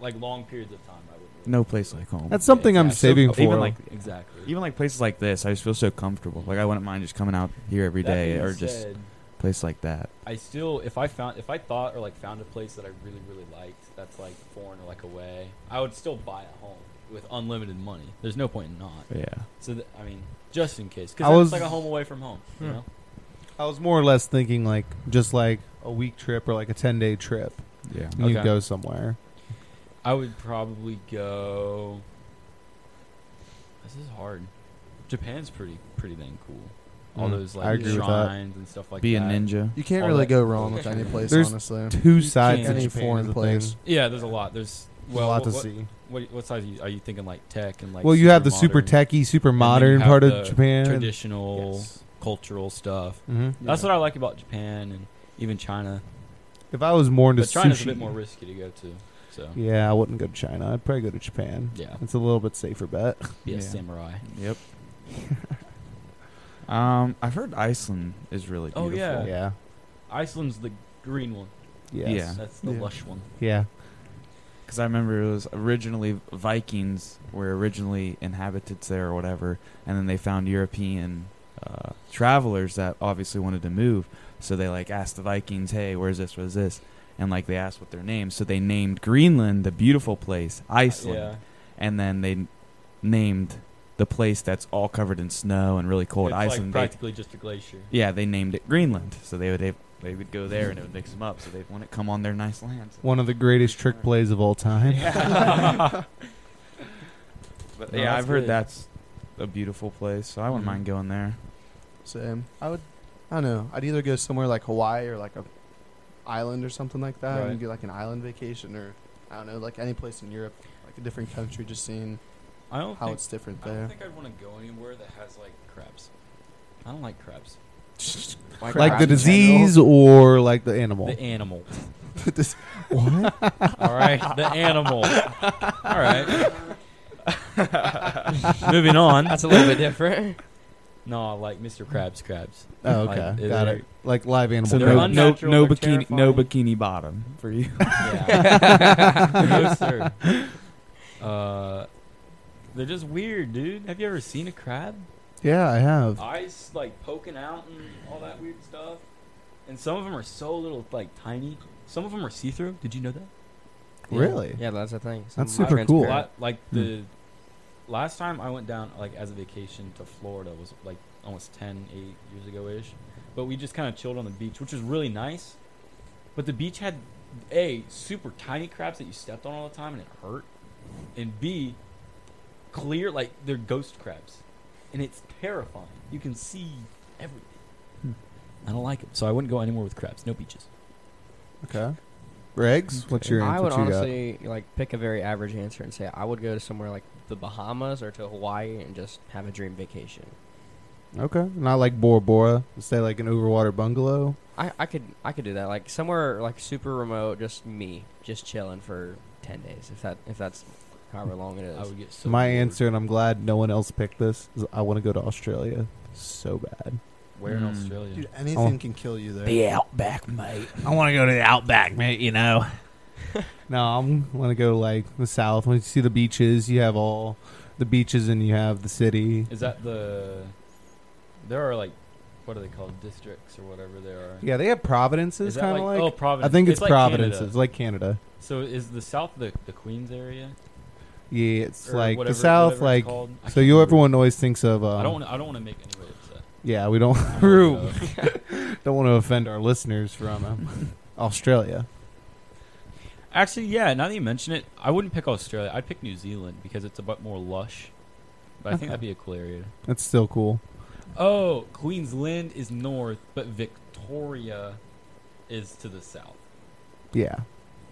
like long periods of time i would really No place like home. That's something I'm Yeah, so- saving for. even like exactly even like places like this, I just feel so comfortable. Like I wouldn't mind just coming out here every That day, being or just said, place like that. i still if i found if i thought or like found a place that i really really liked that's like foreign or like away i would still buy a home with unlimited money there's no point in not Yeah. so th- i mean just in case I because was- it's like a home away from home you Hmm. know I was more or less thinking like just like a week trip or like a ten day trip. Yeah. and You Okay. go somewhere. I would probably go. This is hard. Japan's pretty pretty dang cool. All Mm, those I like agree with that. shrines and stuff like Be a that. ninja. You can't all really that- go wrong with any place, There's honestly. Two sides of can't. Any Japan is foreign a place. Thing. Yeah, there's a lot. There's a well, lot what, to what, see. What, what size are you, are you thinking? Like tech and like. well, you have the super modern, techy, super and then you modern have part the of Japan. traditional, Yes. cultural stuff. hmm That's what I like about Japan and even China. If I was more into But China's sushi, a bit more risky to go to. So yeah, I wouldn't go to China. I'd probably go to Japan. yeah, It's a little bit safer bet. be a Yeah. samurai. Yep. um, I've heard Iceland is really Oh, beautiful. Yeah, yeah. Iceland's the green one. yes. That's the Yeah. lush one. yeah, yeah. Because I remember it was originally Vikings were originally inhabitants there or whatever, and then they found European uh, travelers that obviously wanted to move. So they like asked the Vikings, "Hey, where's this? Where's this?" And like they asked what their name, so they named Greenland the beautiful place, Iceland, Yeah. and then they n- named the place that's all covered in snow and really cold it's ice, like and they, practically just a glacier. yeah, they named it Greenland. So they would they, they would go there and it would mix them up. So they'd want to come on their nice lands. One of the greatest trick plays of all time. Yeah. but No, yeah, Oh, that's I've heard good. Mm-hmm. that's a beautiful place, so I wouldn't Mhm. mind going there. Same. I would. I don't know. I'd either go somewhere like Hawaii or like a island or something like that, Right. and do like an island vacation, or I don't know, like any place in Europe, like a different country, just seeing I don't how think it's different I don't there. think I'd want to go anywhere that has like crabs. I don't like crabs. like the crabs in disease or like the animal. The animal. what? All right, the animal. All right. Moving on. That's a little bit different. No, I like Mr. Krabs. Crabs. Oh, Like, okay, they're- got it. Like live animal. So They're no, crabs. no, unnatural, no they're bikini, no bikini bottom for you. Yeah. no, sir. Uh, they're just weird, dude. Have you ever seen a crab? yeah, I have. Eyes like poking out and all that weird stuff. And some of them are so little, like tiny. Some of them are see-through. Did you know that? Really? Yeah, that's the thing. That's Some super cool. Hmm. Well, transparent. I- like the last time I went down like as a vacation to Florida was like almost 10, 8 years ago ish. But we just kind of chilled on the beach, which was really nice. But the beach had a super tiny crabs that you stepped on all the time and it hurt, and B clear like they're ghost crabs, and it's terrifying. You can see everything. Hmm. I don't like it, so I wouldn't go anywhere with crabs. No beaches. Okay. Regs, what's your? I answer? would What you got? honestly like pick a very average answer and say I would go to somewhere like the Bahamas or to Hawaii and just have a dream vacation. Okay, not like Bora Bora. Say like an overwater bungalow. I, I could I could do that like somewhere like super remote, just me, just chilling for ten days if that if that's however long it is. I would get so My bored. answer, and I'm glad no one else picked this. Is I want to go to Australia so bad. Where Hmm. in Mm. Australia? Dude, anything can kill you there. outback, mate. I want to go to the outback, mate. You know. no, I'm want to go like the south. When you see the beaches, you have all the beaches, and you have the city. Is that the? There are like, what are they called? Districts or whatever there are. Yeah, they have Providences, Is that kind of like. oh Providence. I think it's, like Providences, Canada. like Canada. So is the South the, the Queens area? Yeah, it's Or like whatever- the south, whatever like. it's called? I So can't you, remember. everyone always thinks of. Um, I don't. wanna- I don't want to make anybody upset. Yeah, we don't. I Rube. don't know. Don't want to offend our listeners from um, Australia. Actually, yeah. Now that you mention it, I wouldn't pick Australia. I'd pick New Zealand because it's a bit more lush. But I think Okay. that'd be a cool area. That's still cool. Oh, Queensland is north, but Victoria is to the south. Yeah.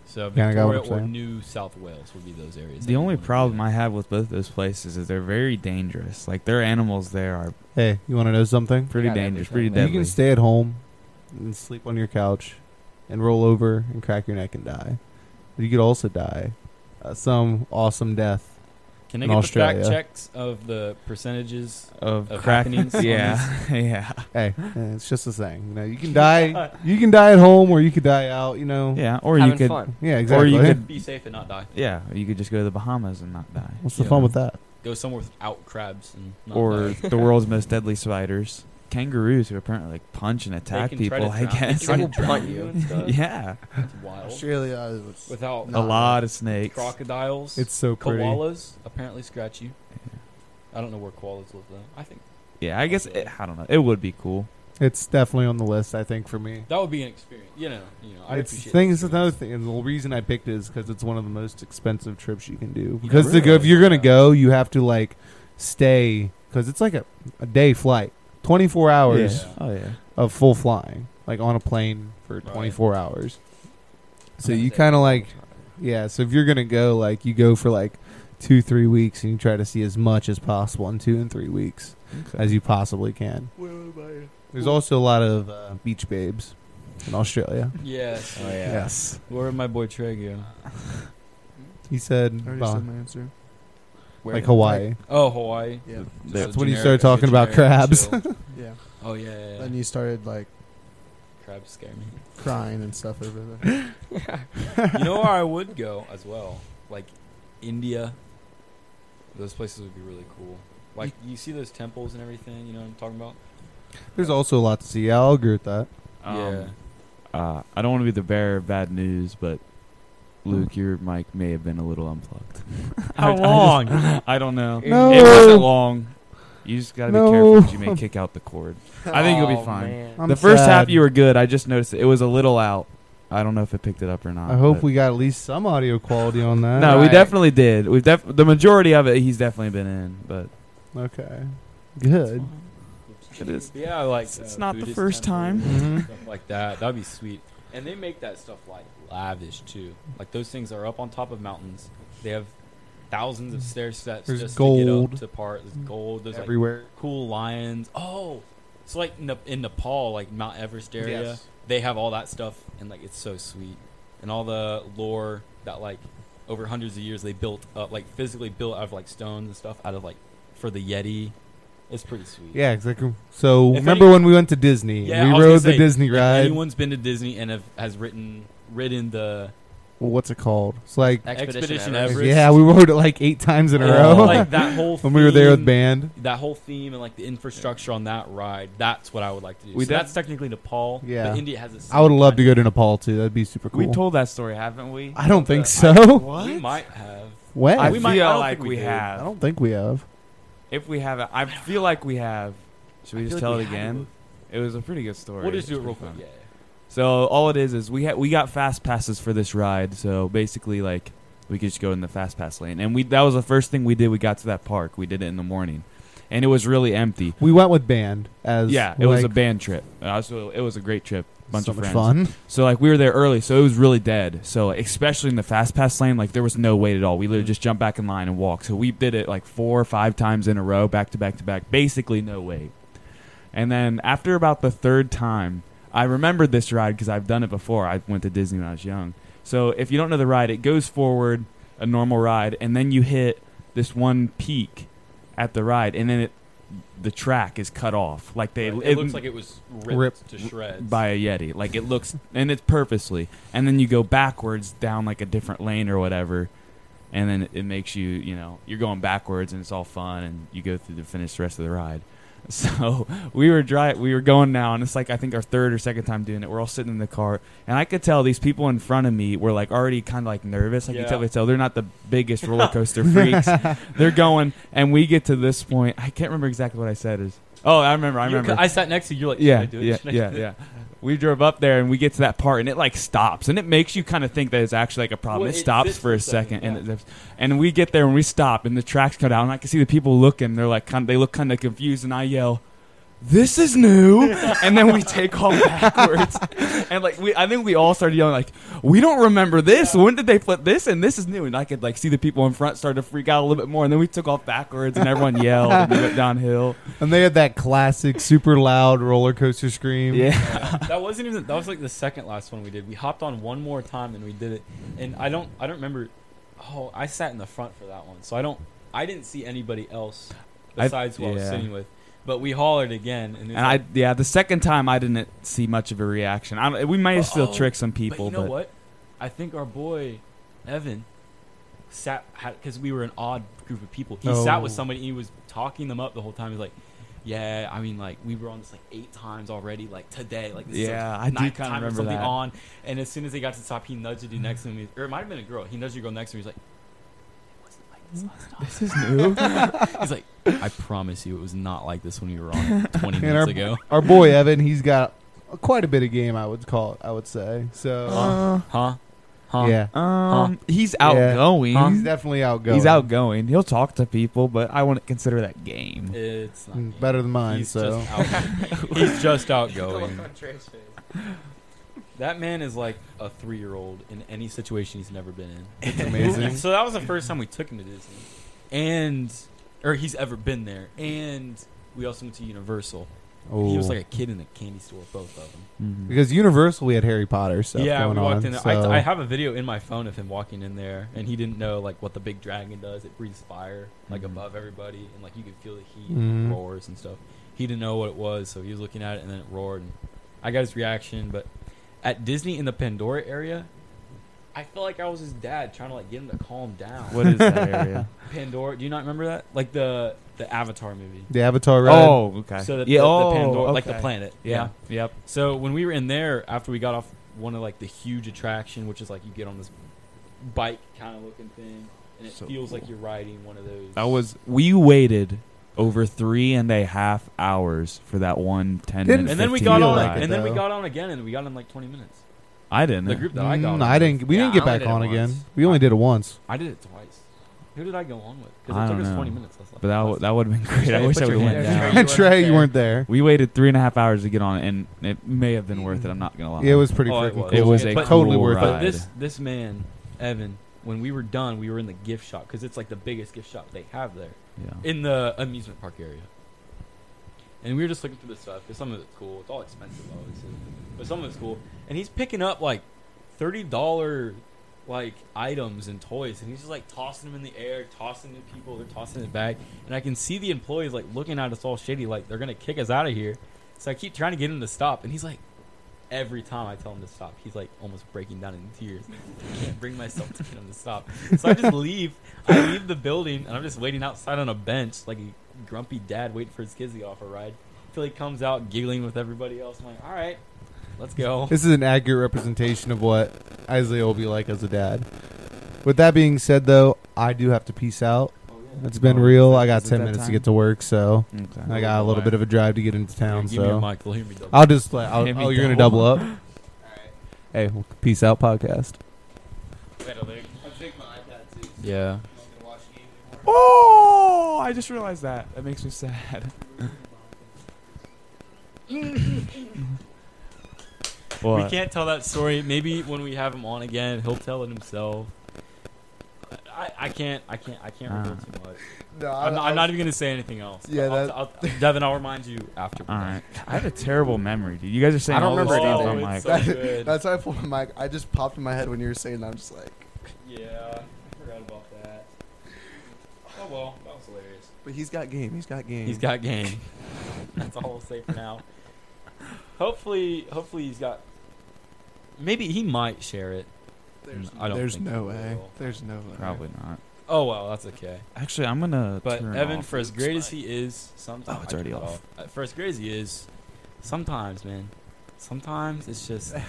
So Yeah, I got what Victoria you're or saying. New South Wales would be those areas. The only problem I have with both those places is they're very dangerous. Like their animals there are Hey, you want to know something? pretty Yeah, dangerous, everything. pretty You deadly. You can stay at home and sleep on your couch and roll over and crack your neck and die. But you could also die uh, some awesome death. Can I in get the Australia. fact checks of the percentages? of Of crack happenings on yeah, yeah, Hey, eh, it's just a saying. You know, you can die. You can die at home, or you could die out. You know. yeah. Or you Having could, fun. Yeah, exactly. you could- Be safe and not die. yeah, you could just go to the Bahamas and not die, What's the Yeah. fun with that? Go somewhere without crabs and not or die. the world's most deadly spiders, kangaroos who apparently like punch and They attack can try people. to I drown- they guess. try to Will drown bite you you. and stuff. yeah, It's wild. Australia was Without uh, No. a lot of snakes. crocodiles, It's so pretty. koalas apparently scratch you. I don't know where koalas live though. I think Yeah, I guess it, I don't know. It would be cool. It's definitely on the list, I think, for me. that would be an experience. You know, you know. I it's appreciate things. that Another experience. thing, and the reason I picked it is because it's one of the most expensive trips you can do. Because to go, really? if you're gonna Yeah. go, you have to like stay because it's like a, a day flight, 24 hours Yeah. Oh yeah. of full flying, like on a plane for Right. 24 hours. So I'd you say kind of that's like, all time. yeah. So if you're gonna go, like you go for like two, three weeks, and you try to see as much as possible in two and three weeks as you possibly can. There's also a lot of uh, beach babes in Australia. Yes. Oh, yeah. Yes, Where did my boy Trey go? he I said, already uh, said my answer. Where- like Hawaii. Oh, Hawaii. Yeah. Just That's a when you generic- start talking a about generic crabs. chill. Yeah. oh yeah, yeah, yeah. Then you started like crabs scare me. crying and stuff over there. you know where I would go as well? Like India. Those places would be really cool. Like you see those temples and everything, you know what I'm talking about? There's also a lot to see. I'll agree with that. Yeah. um, Uh, I don't want to be the bearer of bad news, but Luke, your mic may have been a little unplugged. How long? I don't know. No. It wasn't long. You just gotta No. be careful that you may kick out the cord. I think you'll be Oh, fine. Um, man. I'm the first half sad. you were good. I just noticed it was a little out. I don't know if it picked it up or not. I hope but- we got at least some audio quality on that. No, we Right. definitely did. We've def- the majority of it. He's definitely been in, but Okay. Good. it is. Mm-hmm. Yeah, like It's- uh, it's not the Buddhist first temples time. and Mhm. stuff like that. That'd be sweet. And they make that stuff like lavish too. Like those things are up on top of mountains. They have thousands of stair steps There's just to gold. get up to part. Mm-hmm. There's gold. There's like Everywhere. cool lions. Oh, it's like in, Nep- in Nepal, like Mount Everest area. Yes. They have all that stuff, and like it's so sweet, and all the lore that like over hundreds of years they built up, like physically built out of like stones and stuff, out of like for the Yeti. It's pretty sweet. Yeah, exactly. So If remember any- when we went to Disney? Yeah, I we was gonna rode the say, Disney if ride. Anyone's been to Disney and have, has written ridden the well, what's it called? It's like Expedition, Everest. Everest. yeah, we rode it like eight times in a Yeah, row uh, like that whole when we were there with theme- band. that whole theme and like the infrastructure on that ride. That's what I would like to do. We so def- that's technically Nepal. Yeah. but India has a. I would love to go to Nepal too. That'd be super cool. We told that story, haven't we? I don't think I- so. We might have. When? I I, We feel might- I don't think like we we did. have. don't think we have. If we have it, I feel like we have. Should we I just feel tell like it we had again? It was a pretty good story. We'll just do It's it real pretty quick. fun. Yeah. So all it is is we ha- we got fast passes for this ride. So basically, like we could just go in the fast pass lane, and we that was the first thing we did. We got to that park. We did it in the morning, and it was really empty. We went with band as Yeah, it was a like, band trip. Uh, so it was a great trip. Bunch so of much friends. fun. So like we were there early, so it was really dead. So like, especially in the fast pass lane, like there was no wait at all. We literally just jumped back in line and walked. So we did it like four or five times in a row, back to back to back, basically no wait. And then after about the third time, I remembered this ride because I've done it before. I went to Disney when I was young. So if you don't know the ride, it goes forward a normal ride, and then you hit this one peak at the ride, and then it the track is cut off. Like they It, it looks like it was ripped, Ripped to shreds. by a yeti like it looks and it's purposely and then you go backwards down like a different lane or whatever and then it makes you you know you're going backwards and it's all fun and you go through to finish the rest of the ride so we were dry we were going now and it's like i think our third or second time doing it we're all sitting in the car and i could tell these people in front of me were like already kind of like nervous i could Yeah. tell they tell they're not the biggest roller coaster freaks they're going and we get to this point i can't remember exactly what i said is oh i remember i You- remember I sat next to you. You're like, yeah, should I do it? yeah, Should I do yeah, it? yeah. We drove up there and we get to that part and it like stops and it makes you kind of think that it's actually like a problem. Well, it it stops sits for for a a second, second, and it, and we get there and we stop and the tracks come down and I can see the people looking. They're like kind they look kind of confused and I yell. This is new, and then we take off backwards, and like we, I think we all started yelling like, "We don't remember this. When did they flip this?" And this is new, and I could like see the people in front start to freak out a little bit more, and then we took off backwards, and everyone yelled, and we went downhill. And they had that classic super loud roller coaster scream. that wasn't even. That was like the second last one we did. We hopped on one more time and we did it. And I don't. I don't remember. Oh, I sat in the front for that one, so I don't. I didn't see anybody else I- besides who I was yeah. sitting with. But we hollered again, and, it was And like, I yeah, the second time I didn't see much of a reaction. I don't, we might have still Oh, tricked some But people, you but, know what? I think our boy Evan sat because we were an odd group of people. He sat with Oh. somebody. and He was talking them up the whole time. He's like, "Yeah, I mean, like we were on this like eight times already. Like today, like this is, like, Yeah, I do ninth kinda time or remember something that. on." And as soon as they got to the top, he nudged the dude next to him, or it might have been a girl. He nudged the girl next to him. He's like, "It wasn't like this last time." this is new. He's like, I promise you, it was not like this when we were on 20 And minutes our- ago. Our boy Evan, he's got quite a bit of game. I would call it. I would say so. uh, Huh? Huh? yeah, um, he's Yeah. outgoing. Uh-huh. he's definitely outgoing. He's outgoing. He'll talk to people, but I wouldn't consider that game. It's not me. Mm, better than mine. He's so just out- he's just outgoing. That man is like a three-year-old in any situation he's never been in. it's amazing. So that was the first time we took him to Disney, and or he's ever been there. And we also went to Universal. He was Ooh. like a kid in a candy store. Both of them. Mm-hmm. because Universal, we had Harry Potter stuff. yeah, going we walked on, in. There. so- I, I have a video in my phone of him walking in there, and he didn't know like what the big dragon does. It breathes fire like Mhm. above everybody, and like you could feel the heat Mhm. and roars and stuff. He didn't know what it was, so he was looking at it, and then it roared. And I got his reaction, but at Disney in the Pandora area, I felt like I was his dad trying to like get him to calm down. What is that area? Pandora? Do you not remember that? Like the the Avatar movie. the Avatar. Ride. oh, okay. So the, yeah, the, oh, the Pandora, like the okay. planet. Yeah. Yep. So when we were in there, after we got off one of like the huge attraction, which is like you get on this bike kind of looking thing, and it So feels like cool. you're riding one of those. I was. We waited over three and a half hours for that one ten Didn't- minute. and then we 15 got feel on, like it, and then we though. got on again, and we got on like 20 minutes. I didn't. The group that I Mm, got, on I with, didn't. We Yeah, didn't get I only back did it on once. again. We only did it once. I did it twice. Who did I go on with? I Because it took don't us know. 20 minutes. That's not- but that w- that would have been great. I Trey, wish put I would your have went hand down. up. Yeah. Trey, you weren't there. We waited three and a half hours to get on, it, and it may have been worth it. I'm not gonna lie. It was pretty Oh, it freaking was. cool. It was a But- totally cool worth it. ride. But this this man, Evan, when we were done, we were in the gift shop because it's like the biggest gift shop they have there Yeah. in the amusement park area. And we were just looking through the stuff because some of it's cool. It's all expensive, obviously, but some of it's cool. And he's picking up like thirty dollar like items and toys, and he's just like tossing them in the air, tossing them to people. They're tossing it back, and I can see the employees like looking at us all shady, like they're gonna kick us out of here. So I keep trying to get him to stop, and he's like, every time I tell him to stop, he's like almost breaking down in tears. I can't bring myself to get him to stop. So I just leave. I leave the building, and I'm just waiting outside on a bench, like a grumpy dad waiting for his kids to get off a ride. Till he comes out giggling with everybody else. I'm like, all right, let's go. This is an accurate representation of what Isaiah will be like as a dad. With that being said, though, I do have to peace out. It's been Oh, real. is that- I got is it ten that minutes to time? get to work, so Okay. I got a little bit of a drive to get into town. Give me your So mic. Let me double. I'll just like, I'll, Hand me oh, you're gonna double double. up. Hey, well, peace out, podcast. Yeah. Oh, I just realized that. That makes me sad. We can't tell that story. Maybe when we have him on again, he'll tell it himself. I- I, I can't. I can't. I can't reveal Ah. too much. No, I'm, I'm not even gonna say anything else. Yeah, I'll, that- I'll, I'll- Devin, I'll remind you after. All right. I have a terrible memory, dude. You guys are saying I don't all remember this stuff. anything. I'm Oh, like, it's so good. That's why I pulled my mic. I just popped in my head when you were saying that. I'm just like, Yeah, I forgot about that. Oh well, that was hilarious. but he's got game. He's got game. He's got game. That's all we'll say for now. Hopefully, hopefully he's got. Maybe he might share it. There's, I don't there's think no he way. will. There's no way. probably not. Oh well, that's okay. Actually, I'm gonna. But turn Evan, off for as this great as mic. he is, sometimes Uh, Oh, it's already off. For as great as he is, sometimes, man, sometimes it's just What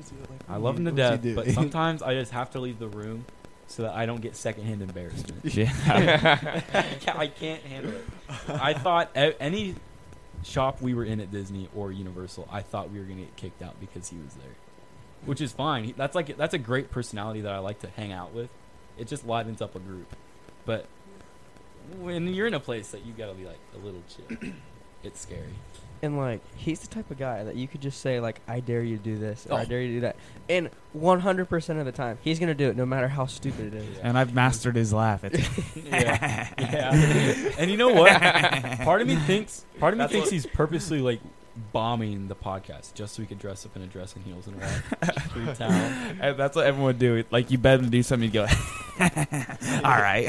is he like? I love him to What is he death, but doing? sometimes I just have to leave the room so that I don't get secondhand embarrassment. yeah. I can't- I can't handle it. I thought a- any shop we were in at Disney or Universal, I thought we were gonna get kicked out because he was there, which is fine. He- That's like that's a great personality that I like to hang out with. It just livens up a group. But when you're in a place that you gotta be like a little chill, it's scary. And like he's the type of guy that you could just say like I dare you to do this or Oh. I dare you to do that, and 100 percent of the time he's gonna do it no matter how stupid it is. and I've mastered his laugh. It's yeah. yeah. And you know what? Part of me thinks part of me That's thinks what- he's purposely like bombing the podcast just so he could dress up in a dress and heels and walk through town. Hey, That's what everyone would do. It- Like you bet them to do something, you go, all right,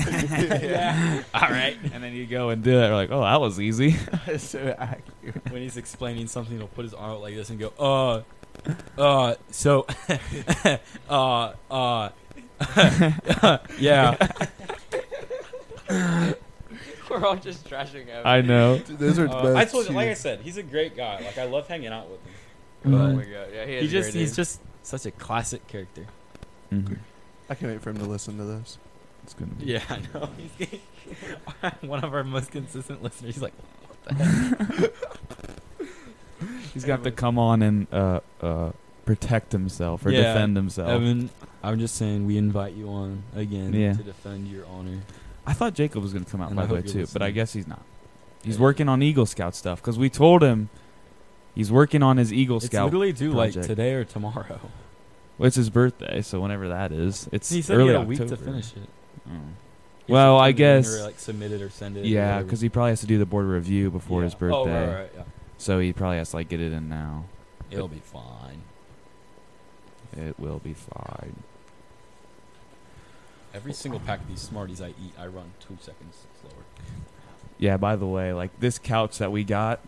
all right, and then you go and do it. We're like, oh, that was easy. so accurate. When he's explaining something, he'll put his arm out like this and go, uh uh so uh uh yeah. We're all just trashing him. I know. Dude, those are Uh, both I told you, two- like I said, he's a great guy. Like I love hanging out with him. Oh But my god, yeah, he just he's just such a classic character. Mhm. I can't wait for him to listen to this. It's gonna be. Yeah, I know. One of our most consistent listeners. He's like, He's gonna have to come on and uh, uh, protect himself or Yeah. defend himself. Evan, I'm just saying we invite you on again Yeah. to defend your honor. I thought Jacob was gonna come out And by I the way hope you're too, but I listening. guess he's not. He's Yeah. working on Eagle Scout stuff because we told him he's working on his Eagle It's Scout. literally due like project. today or tomorrow. Well, it's his birthday, so whenever that is, it's He said early he had a week October. to finish it. Oh. He Well, I sent it in guess- or, like submit it or send it. Yeah, because he probably has to do the board review before his birthday, Oh, right, right, yeah. so he probably has to like get it in now. It'll be fine. It will be fine. Every single pack of these Smarties I eat, I run two seconds slower. Yeah. By the way, like this couch that we got,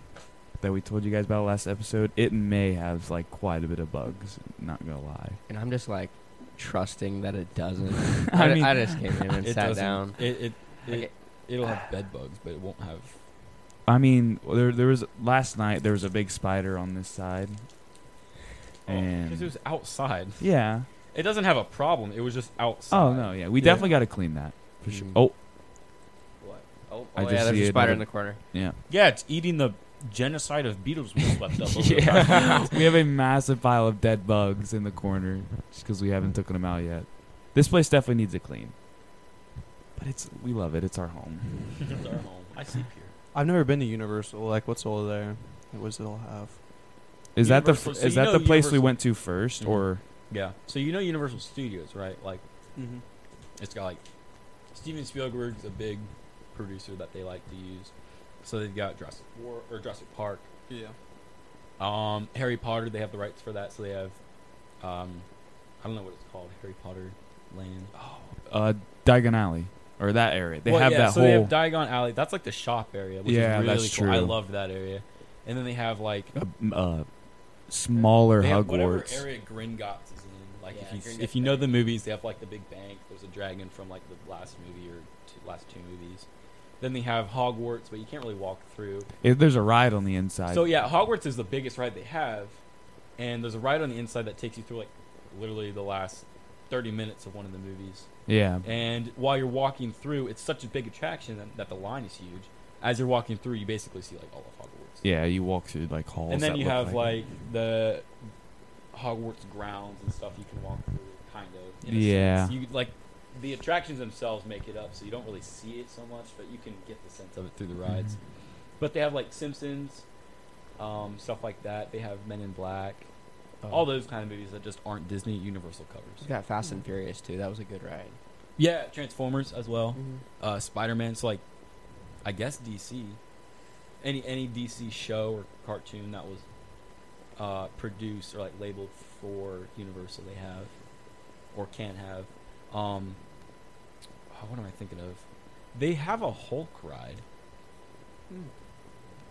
that we told you guys about last episode, it may have like quite a bit of bugs. Not gonna lie. and I'm just like trusting that it doesn't. I I, mean- I just came in and It sat doesn't- down. It it, it Okay. it'll have bed bugs, but it won't have. I mean, well, there there was last night there was a big spider on this side, Because Oh, it and was outside. yeah, It doesn't have a problem. It was just outside. Oh no, yeah, we Yeah. definitely got to clean that for sure. Mm. Mm-hmm. Oh What? Oh, I oh just yeah, there's see a spider another- in the corner. yeah, Yeah, it's eating the genocide of beetles we swept up. Over the yeah. past- we have a massive pile of dead bugs in the corner just because we haven't taken them out yet. This place definitely needs a clean, but it's we love it. It's our home. It's our home. I sleep here. I've never been to Universal. Like, what's over there? What does it all have? Is that the Universal- f- so is you that the know place we Universal- went to 1st Mhm. or Yeah. So you know Universal Studios, right? Like Mm-hmm. it's got like Steven Spielberg's a big producer that they like to use. So they've got Jurassic War or Jurassic Park. Yeah. Um, Harry Potter, they have the rights for that, so they have um, I don't know what it's called, Harry Potter Lane. uh, Diagon Alley or that area? They Ah, Well, have yeah, that so whole they have Diagon Alley. That's like the shop area, which Yeah, is really that's cool. I true. loved that area. And then they have like uh, m- uh, smaller they have whatever Hogwarts. area Gringotts is in. Like Yeah, if you Gringotts if you know Bank. the movies, they have like the big bank. There's a dragon from like the last movie or two, last two movies. Then they have Hogwarts, but you can't really walk through. Eh, there's a ride on the inside. So yeah, Hogwarts is the biggest ride they have, and there's a ride on the inside that takes you through like literally the last 30 minutes of one of the movies. yeah, And while you're walking through, it's such a big attraction that, that the line is huge. As you're walking through, you basically see like all of Hogwarts. yeah. You walk through like halls, and then that you look have like like the Hogwarts grounds and stuff you can walk through, kind of. a Yeah. sense. You like the attractions themselves make it up, so you don't really see it so much, but you can get the sense of it through the rides. Mhm. But they have like Simpsons, um, stuff like that. They have Men in Black, Oh. all those kind of movies that just aren't Disney Universal covers. got Fast and Furious too. That was a good ride. Yeah, Transformers as Oh. well. Mm-hmm. Uh, Spider Man. So like, I guess DC. Any any DC show or cartoon that was uh, produced or like labeled for Universal, they have or can have. Um, oh, what am I thinking of? They have a Hulk ride.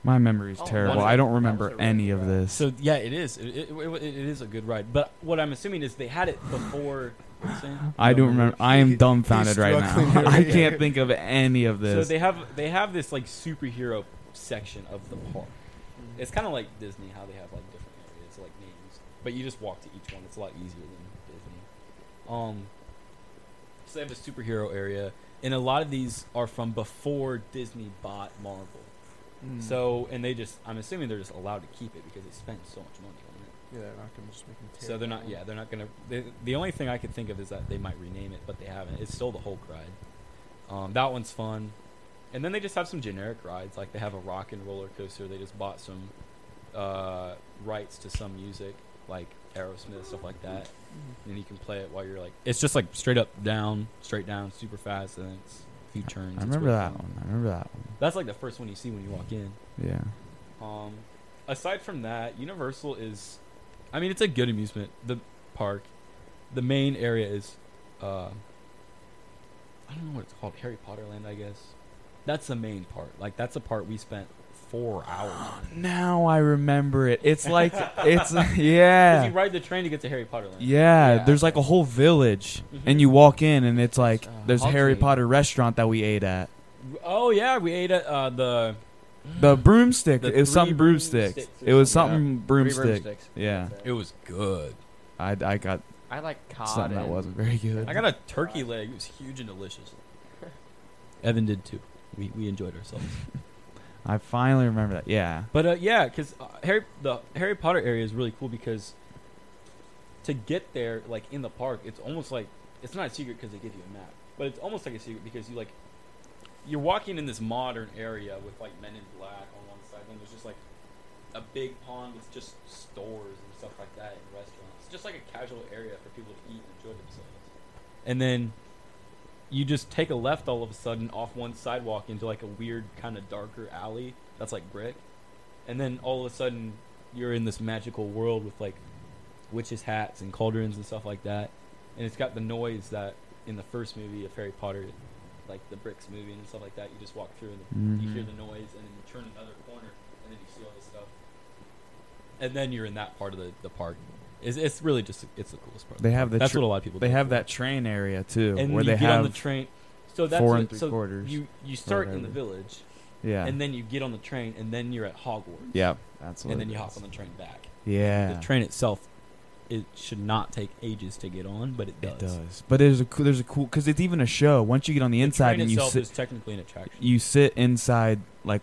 my memory's Oh, terrible. one- I that don't was remember a really any good of ride. this. So yeah, it is. It, it, it, it is a good ride. But what I'm assuming is they had it before. what was I saying? I don't No. remember. I am He's dumbfounded right now. struggling I over can't here. think of any of So this. they have they have this like superhero section of the park. It's kind of like Disney, how they have like different areas, like names, but you just walk to each one. It's a lot easier than Disney. Um, so they have a superhero area, and a lot of these are from before Disney bought Marvel. Mm. Mm-hmm. So, and they just, I'm assuming they're just allowed to keep it because they spend so much money on it. yeah, they're not gonna just make them tear So it they're not, down. yeah, they're not gonna. They, the only thing I could think of is that they might rename it, but they haven't. It's still the Hulk ride. Um, that one's fun, and then they just have some generic rides. Like they have a rock and roller coaster. They just bought some uh, rights to some music, like Aerosmith stuff like that, Mm-hmm. and you can play it while you're like. It's just like straight up, down, straight down, super fast, and then it's a few turns. I It's remember really that fun. one. I remember that one. That's like the first one you see when you walk in. Yeah. Um, aside from that, Universal is, I mean, it's a good amusement. The park, the main area is, uh, I don't know what it's called, Harry Potter Land, I guess. That's the main part. Like that's the part we spent four hours. on. Now I remember it. It's like it's 'Cause yeah. you ride the train to get to Harry Potter Land. Yeah, Yeah, there's like okay. a whole village, Mhm. and you walk in, and it's like Uh, there's Hog's Harry Gate. Potter restaurant that we ate at. Oh yeah, we ate at uh, the. The broomstick, The it was three something broomsticks. broomsticks or It was something. something broomstick. Three broomsticks. Yeah, It was good. I, I got I like cod. something that and- wasn't very good. I got a turkey leg. It was huge and delicious. Evan did too. We we enjoyed ourselves. I finally remember that. Yeah, But uh, yeah, because uh, Harry the Harry Potter area is really cool because to get there, like in the park, it's almost like it's not a secret because they give you a map, but it's almost like a secret because you like you're walking in this modern area with like Men in Black on one side, and there's just like a big pond with just stores and stuff like that and restaurants, just like a casual area for people to eat and enjoy themselves. And then you just take a left all of a sudden off one sidewalk into like a weird kind of darker alley that's like brick and then all of a sudden you're in this magical world with like witches hats and cauldrons and stuff like that and it's got the noise that in the first movie of harry potter like the bricks moving and stuff like that you just walk through and you hear Mhm. the noise and then you turn another corner and then you see all this stuff and then you're in that part of the, the park it's, it's really just it's the coolest part of They the have park. the that's tr- what a lot of people they do have for it that train area too, and where you they get have on the train. So that's four what, and three so quarters. You you start in the whatever. village, yeah, and then you get on the train, and then you're at Hogwarts. yeah, that's what and it then you is. hop on the train back. yeah. The train itself it should not take ages to get on, but it does. It does, but there's a coo- there's a cool because it's even a show. Once you get on the inside Train and you itself sit, is technically an attraction. you sit inside like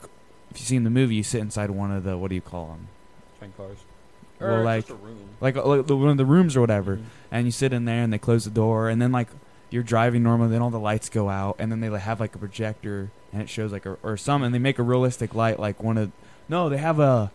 if you see in the movie, you sit inside one of the what do you call them? Train cars. Well, Or like- just a room. Like, uh, like the, one of the rooms or whatever, Mhm. and you sit in there and they close the door and then like you're driving normal, then all the lights go out and then they like, have like a projector and it shows like a, or some and they make a realistic light like one of no they have a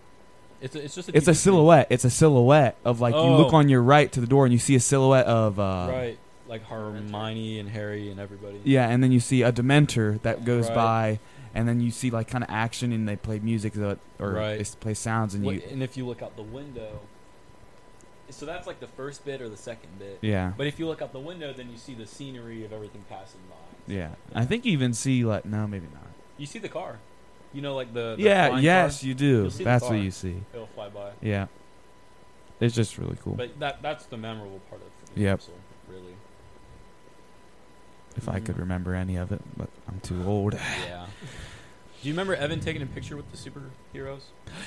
It's a, it's just a it's a TV screen. silhouette it's a silhouette of like you look Oh. on your right to the door and you see a silhouette of uh right? Like Hermione and Harry and everybody. Yeah, and then you see a Dementor that goes Right. by, and then you see like kind of action, and they play music that, or Right. they s- play sounds, and What- you and if you look out the window, so that's like the first bit or the second bit. yeah But if you look out the window, then you see the scenery of everything passing by. yeah. I think you even see like no, maybe not. You see the car. You know, like the, the yeah, flying yes, car? you do. You'll see the That's what car. you see. it'll fly by. Yeah, it's just really cool. But that that's the memorable part of the Yep. episode, really. if I could mm. remember any of it, but I'm too old. Yeah. Do you remember Evan taking a picture with the superheroes?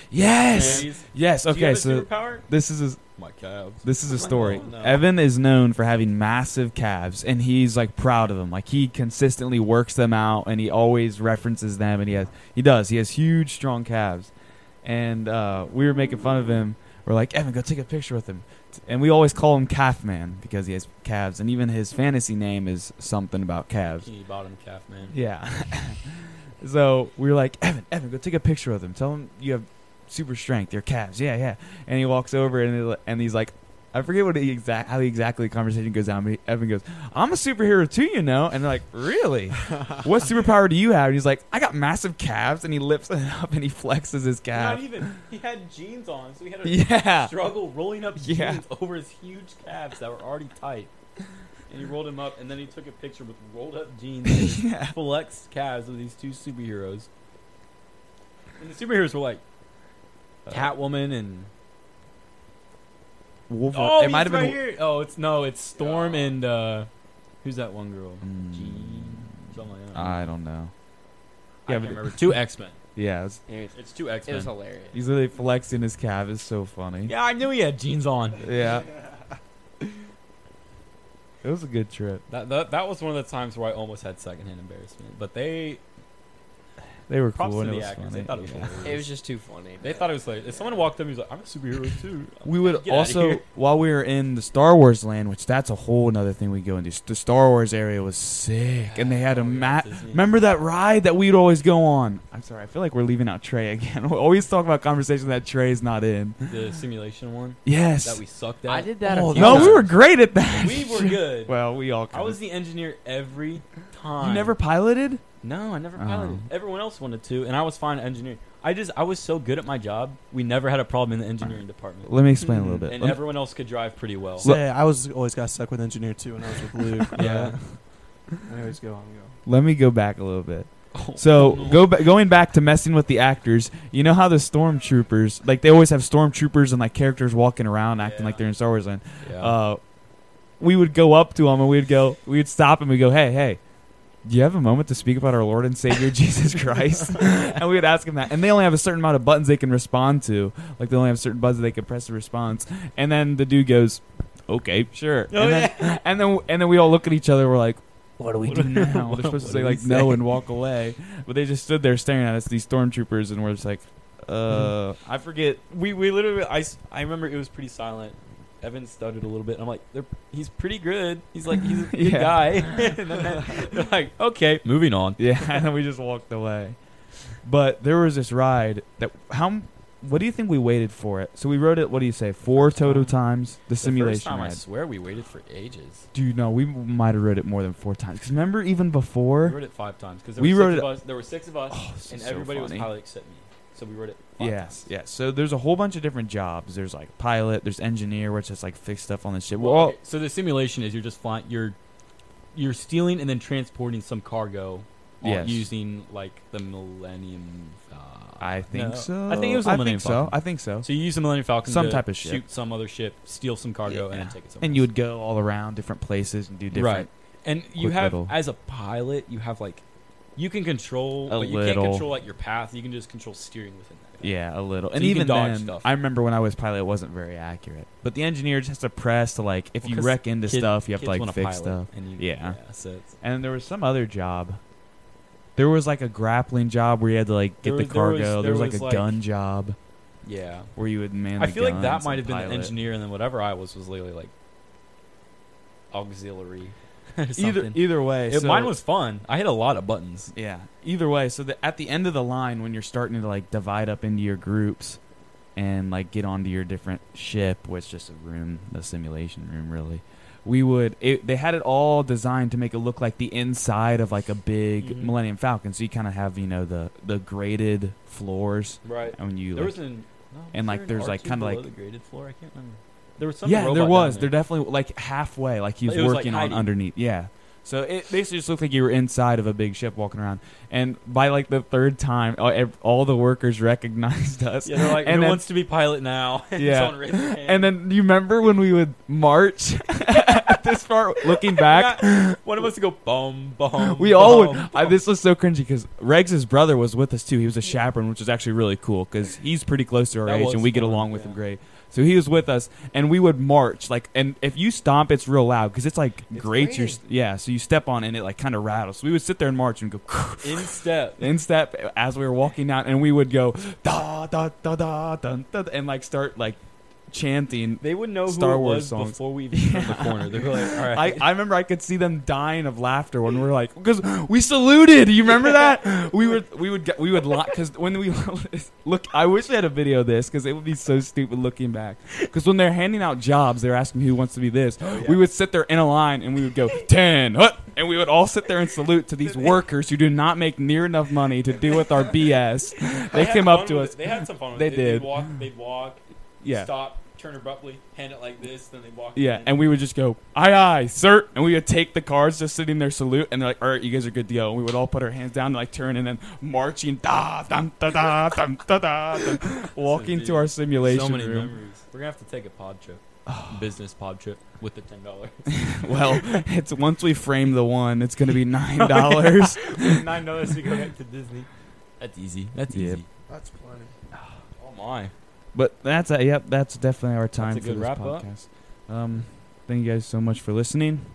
Yes, Ladies? yes. Do you Okay, have a so superpower? this is a, My calves. this is a story. No. Evan is known for having massive calves, and he's like proud of them. Like he consistently works them out, and he always references them. And he has he does he has huge, strong calves. And uh, we were making fun of him. We're like, Evan, go take a picture with him. And we always call him Calf Man because he has calves, and even his fantasy name is something about calves. Bikini bottom calf man. Yeah. so we were like, Evan, Evan, go take a picture of them. Tell them you have super strength, your calves. Yeah, yeah. And he walks over and he- and he's like, I forget what he exact how exactly the conversation goes down. But he, Evan goes, "I'm a superhero too, you know." And they're like, "Really? what superpower do you have?" And he's like, "I got massive calves." And he lifts it up and he flexes his Not calves. even. He had jeans on, so he had a Yeah. struggle rolling up Yeah. jeans over his huge calves that were already tight. And he rolled him up, and then he took a picture with rolled up jeans and his yeah. flexed calves of these two superheroes. And the superheroes were like Catwoman and Wolver- oh, it might have right been. here. Oh, it's no, it's Storm and uh, who's that one girl? Mm, Jean, something like that. I don't know. I yeah, can't but- remember. Two X Men. Yeah, it's, It was, It's two X it was Men. hilarious. he's really flexing his calf. It's so funny. Yeah, I knew he had jeans on. yeah. It was a good trip. That, that that was one of the times where I almost had secondhand embarrassment. But they They were props cool. And to it the was actors. funny. They thought it was. Yeah. hilarious. It was just too funny. They man. thought it was like if someone walked up, he was like, "I'm a superhero too." We would Get outta also here. while we were in the Star Wars land, which that's a whole another thing we go into. The Star Wars area was sick, and they had a Oh, yeah, mat. Disney. Remember that ride that we'd always go on? I'm sorry, I feel like we're leaving out Trey again. We always talk about conversations that Trey's not in. the simulation one Yes. that we sucked at. I did that. Oh, a few no, times. we were great at that. We were good. Well, we all. I was the engineer every time. You never piloted? No, I never Oh. piloted. Everyone else wanted to, and I was fine at engineering. I just I was so good at my job. We never had a problem in the engineering department, Let me explain a little bit. and Let me- everyone else could drive pretty well. Look- Say, I was always got stuck with engineer too when I was with Luke. yeah. I always go on go. Let me go back a little bit. Oh, So go ba- going back to messing with the actors. You know how the stormtroopers, like they always have stormtroopers and like characters walking around acting Yeah. like they're in Star Wars land. yeah. Uh, we would go up to them and we'd go, we'd stop and we'd go, hey, hey, do you have a moment to speak about our Lord and Savior Jesus Christ? and we would ask them that. And they only have a certain amount of buttons they can respond to. Like they only have certain buttons they can press to response. And then the dude goes, okay, sure. Oh, and, then, and then and then we all look at each other. We're like. What do we do now? They're supposed to What say do we like no say? and walk away, but they just stood there staring at us. These stormtroopers, and we're just like, Hmm. uh, I forget. We we literally. I, s- I remember it was pretty silent. Evan stuttered a little bit. And I'm like, they're, he's pretty good. He's like, he's a good Yeah. guy. and then they're like, okay, moving on. Yeah, and then we just walked away. But there was this ride that how m- what do you think we waited for it? So we rode it. What do you say? Four total times. The, The simulation first time, I ride. swear we waited for ages. Dude, no, we might have rode it more than four times. 'Cause remember, even We before, wrote it five times because We we rode wrote it- of us. There were six of us, oh, this and is so everybody was funny. pilot except me. So we wrote it. Five Yes, times. yes. So there's a whole bunch of different jobs. There's like pilot. There's engineer, which is like fix stuff on the ship. Well, Well, okay, so the simulation is you're just flying. You're you're stealing and then transporting some cargo. on- Yes. Using like the Millennium. Uh, I think no. so. I think it was I the Millennium think so. Falcon. I think so. So you use the Millennium Falcon Some to type of ship. shoot some other ship, steal some cargo, and Yeah. then take it somewhere. And you else. would go all around different places and do different. right. And you quick have little- as a pilot, you have like You can control, A but you can't little. control like your path. You can just control steering within that. Yeah, a little. So and you can even dodge then, stuff. I remember when I was pilot, it wasn't very accurate. But the engineer just has to press to like, if Well, you 'cause wreck into Kid- stuff, you have to kids like wanna fix pilot, stuff. And you, Yeah. so it's, And there was some other job. There was like a grappling job where you had to like get There the was- there cargo. was- There was, there like was, a like- gun job yeah. where you would man. I the feel like that guns might and have been the pilot. engineer, and then whatever I was was literally like auxiliary. Either something. either way, It- so- mine was fun. I hit a lot of buttons. Yeah. Either way, so the, at the end of the line, when you're starting to like divide up into your groups and like get onto your different ship, which is just a room, a simulation room, really. We would. It, they had it all designed to make it look like the inside of like a big Mhm. Millennium Falcon. So you kind of have you know the the graded floors, Right. and when you There like, was an no, was and, like, there an there's, like, R2 kinda, below like- the graded floor. I can't remember. There was some yeah, robot there down was. There there. definitely like halfway, like he was, It was, like, working on hiding. underneath. Yeah. So it basically just looked like you were inside of a big ship walking around. And by like the third time, all, ev- all the workers recognized us. Yeah, they're like, And who then- wants to be pilot now? Yeah. Someone raised their hand. And then you remember when we would march at this far, looking back. Yeah, one of us would go bum bum. We all bum, would. I, bum. this was so cringy because Regs's brother was with us too. He was a chaperone, which is actually really cool because he's pretty close to our That age was and we get fun, along with yeah. him great. So he was with us, and we would march like. And if you stomp, it's real loud because it's like It's grates your grating. yeah. So you step on and it like kind of rattles. So we would sit there and march and go in step. in step as we were walking out, and we would go da da da da dun, dun, and like start like chanting They would know Star who it Wars was songs. before we even turned the corner. They were like, all right. I, I remember I could see them dying of laughter when we were like, because we saluted. You remember that? We were we would get, we would because when we look, I wish we had a video of this because it would be so stupid looking back. Because when they're handing out jobs, they're asking who wants to be this. We would sit there in a line and we would go ten, hut," and we would all sit there and salute to these workers who do not make near enough money to deal with our BS. They had came fun up to with us. it. They had some fun with They it. They'd did. walk, they'd walk, Yeah. stop, turn abruptly, hand it like this, then they'd walk. Yeah, and we would just go, aye, aye, sir. And we would take the cards just sitting there, salute, and they're like, all right, you guys are good to go. And we would all put our hands down, and like turn, and then marching, da, dum, da, da, dum, da, da, dum, walking to our simulation so many room. memories. We're going to have to take a pod trip. Business pod trip with the $10. well, it's once we frame the one, it's going to be $9. $9 to go back to Disney. That's easy. That's Yeah. easy. That's plenty. Oh, my. But that's, a, yep, that's definitely our time a for good this wrap up. podcast. Um, thank you guys so much for listening.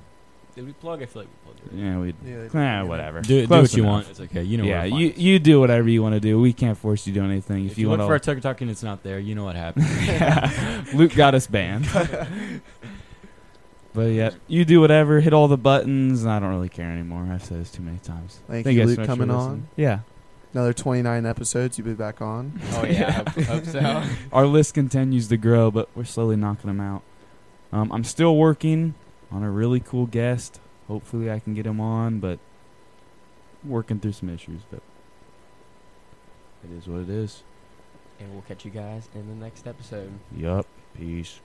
Did we plug? I feel like we plugged it. Yeah, we, Yeah, they- eh, whatever. Do, do Close what you enough. want. It's okay. You know yeah, where to find you, us. you do whatever you want to do. We can't force you to do anything. If, If, you, want look for to our Tucker Talk and it's not there, you know what happened. Yeah. Luke got us banned. but yeah, you do whatever, hit all the buttons, and I don't really care anymore. I've said this too many times. Thank Thank you, guys Luke, so much for coming listening. on. Yeah. Another 29 episodes. You'll be back on. Oh yeah, I hope, hope so. Our list continues to grow, but we're slowly knocking them out. Um, I'm still working on a really cool guest. Hopefully, I can get him on, but working through some issues, but it is what it is. and we'll catch you guys in the next episode. Yup. Peace.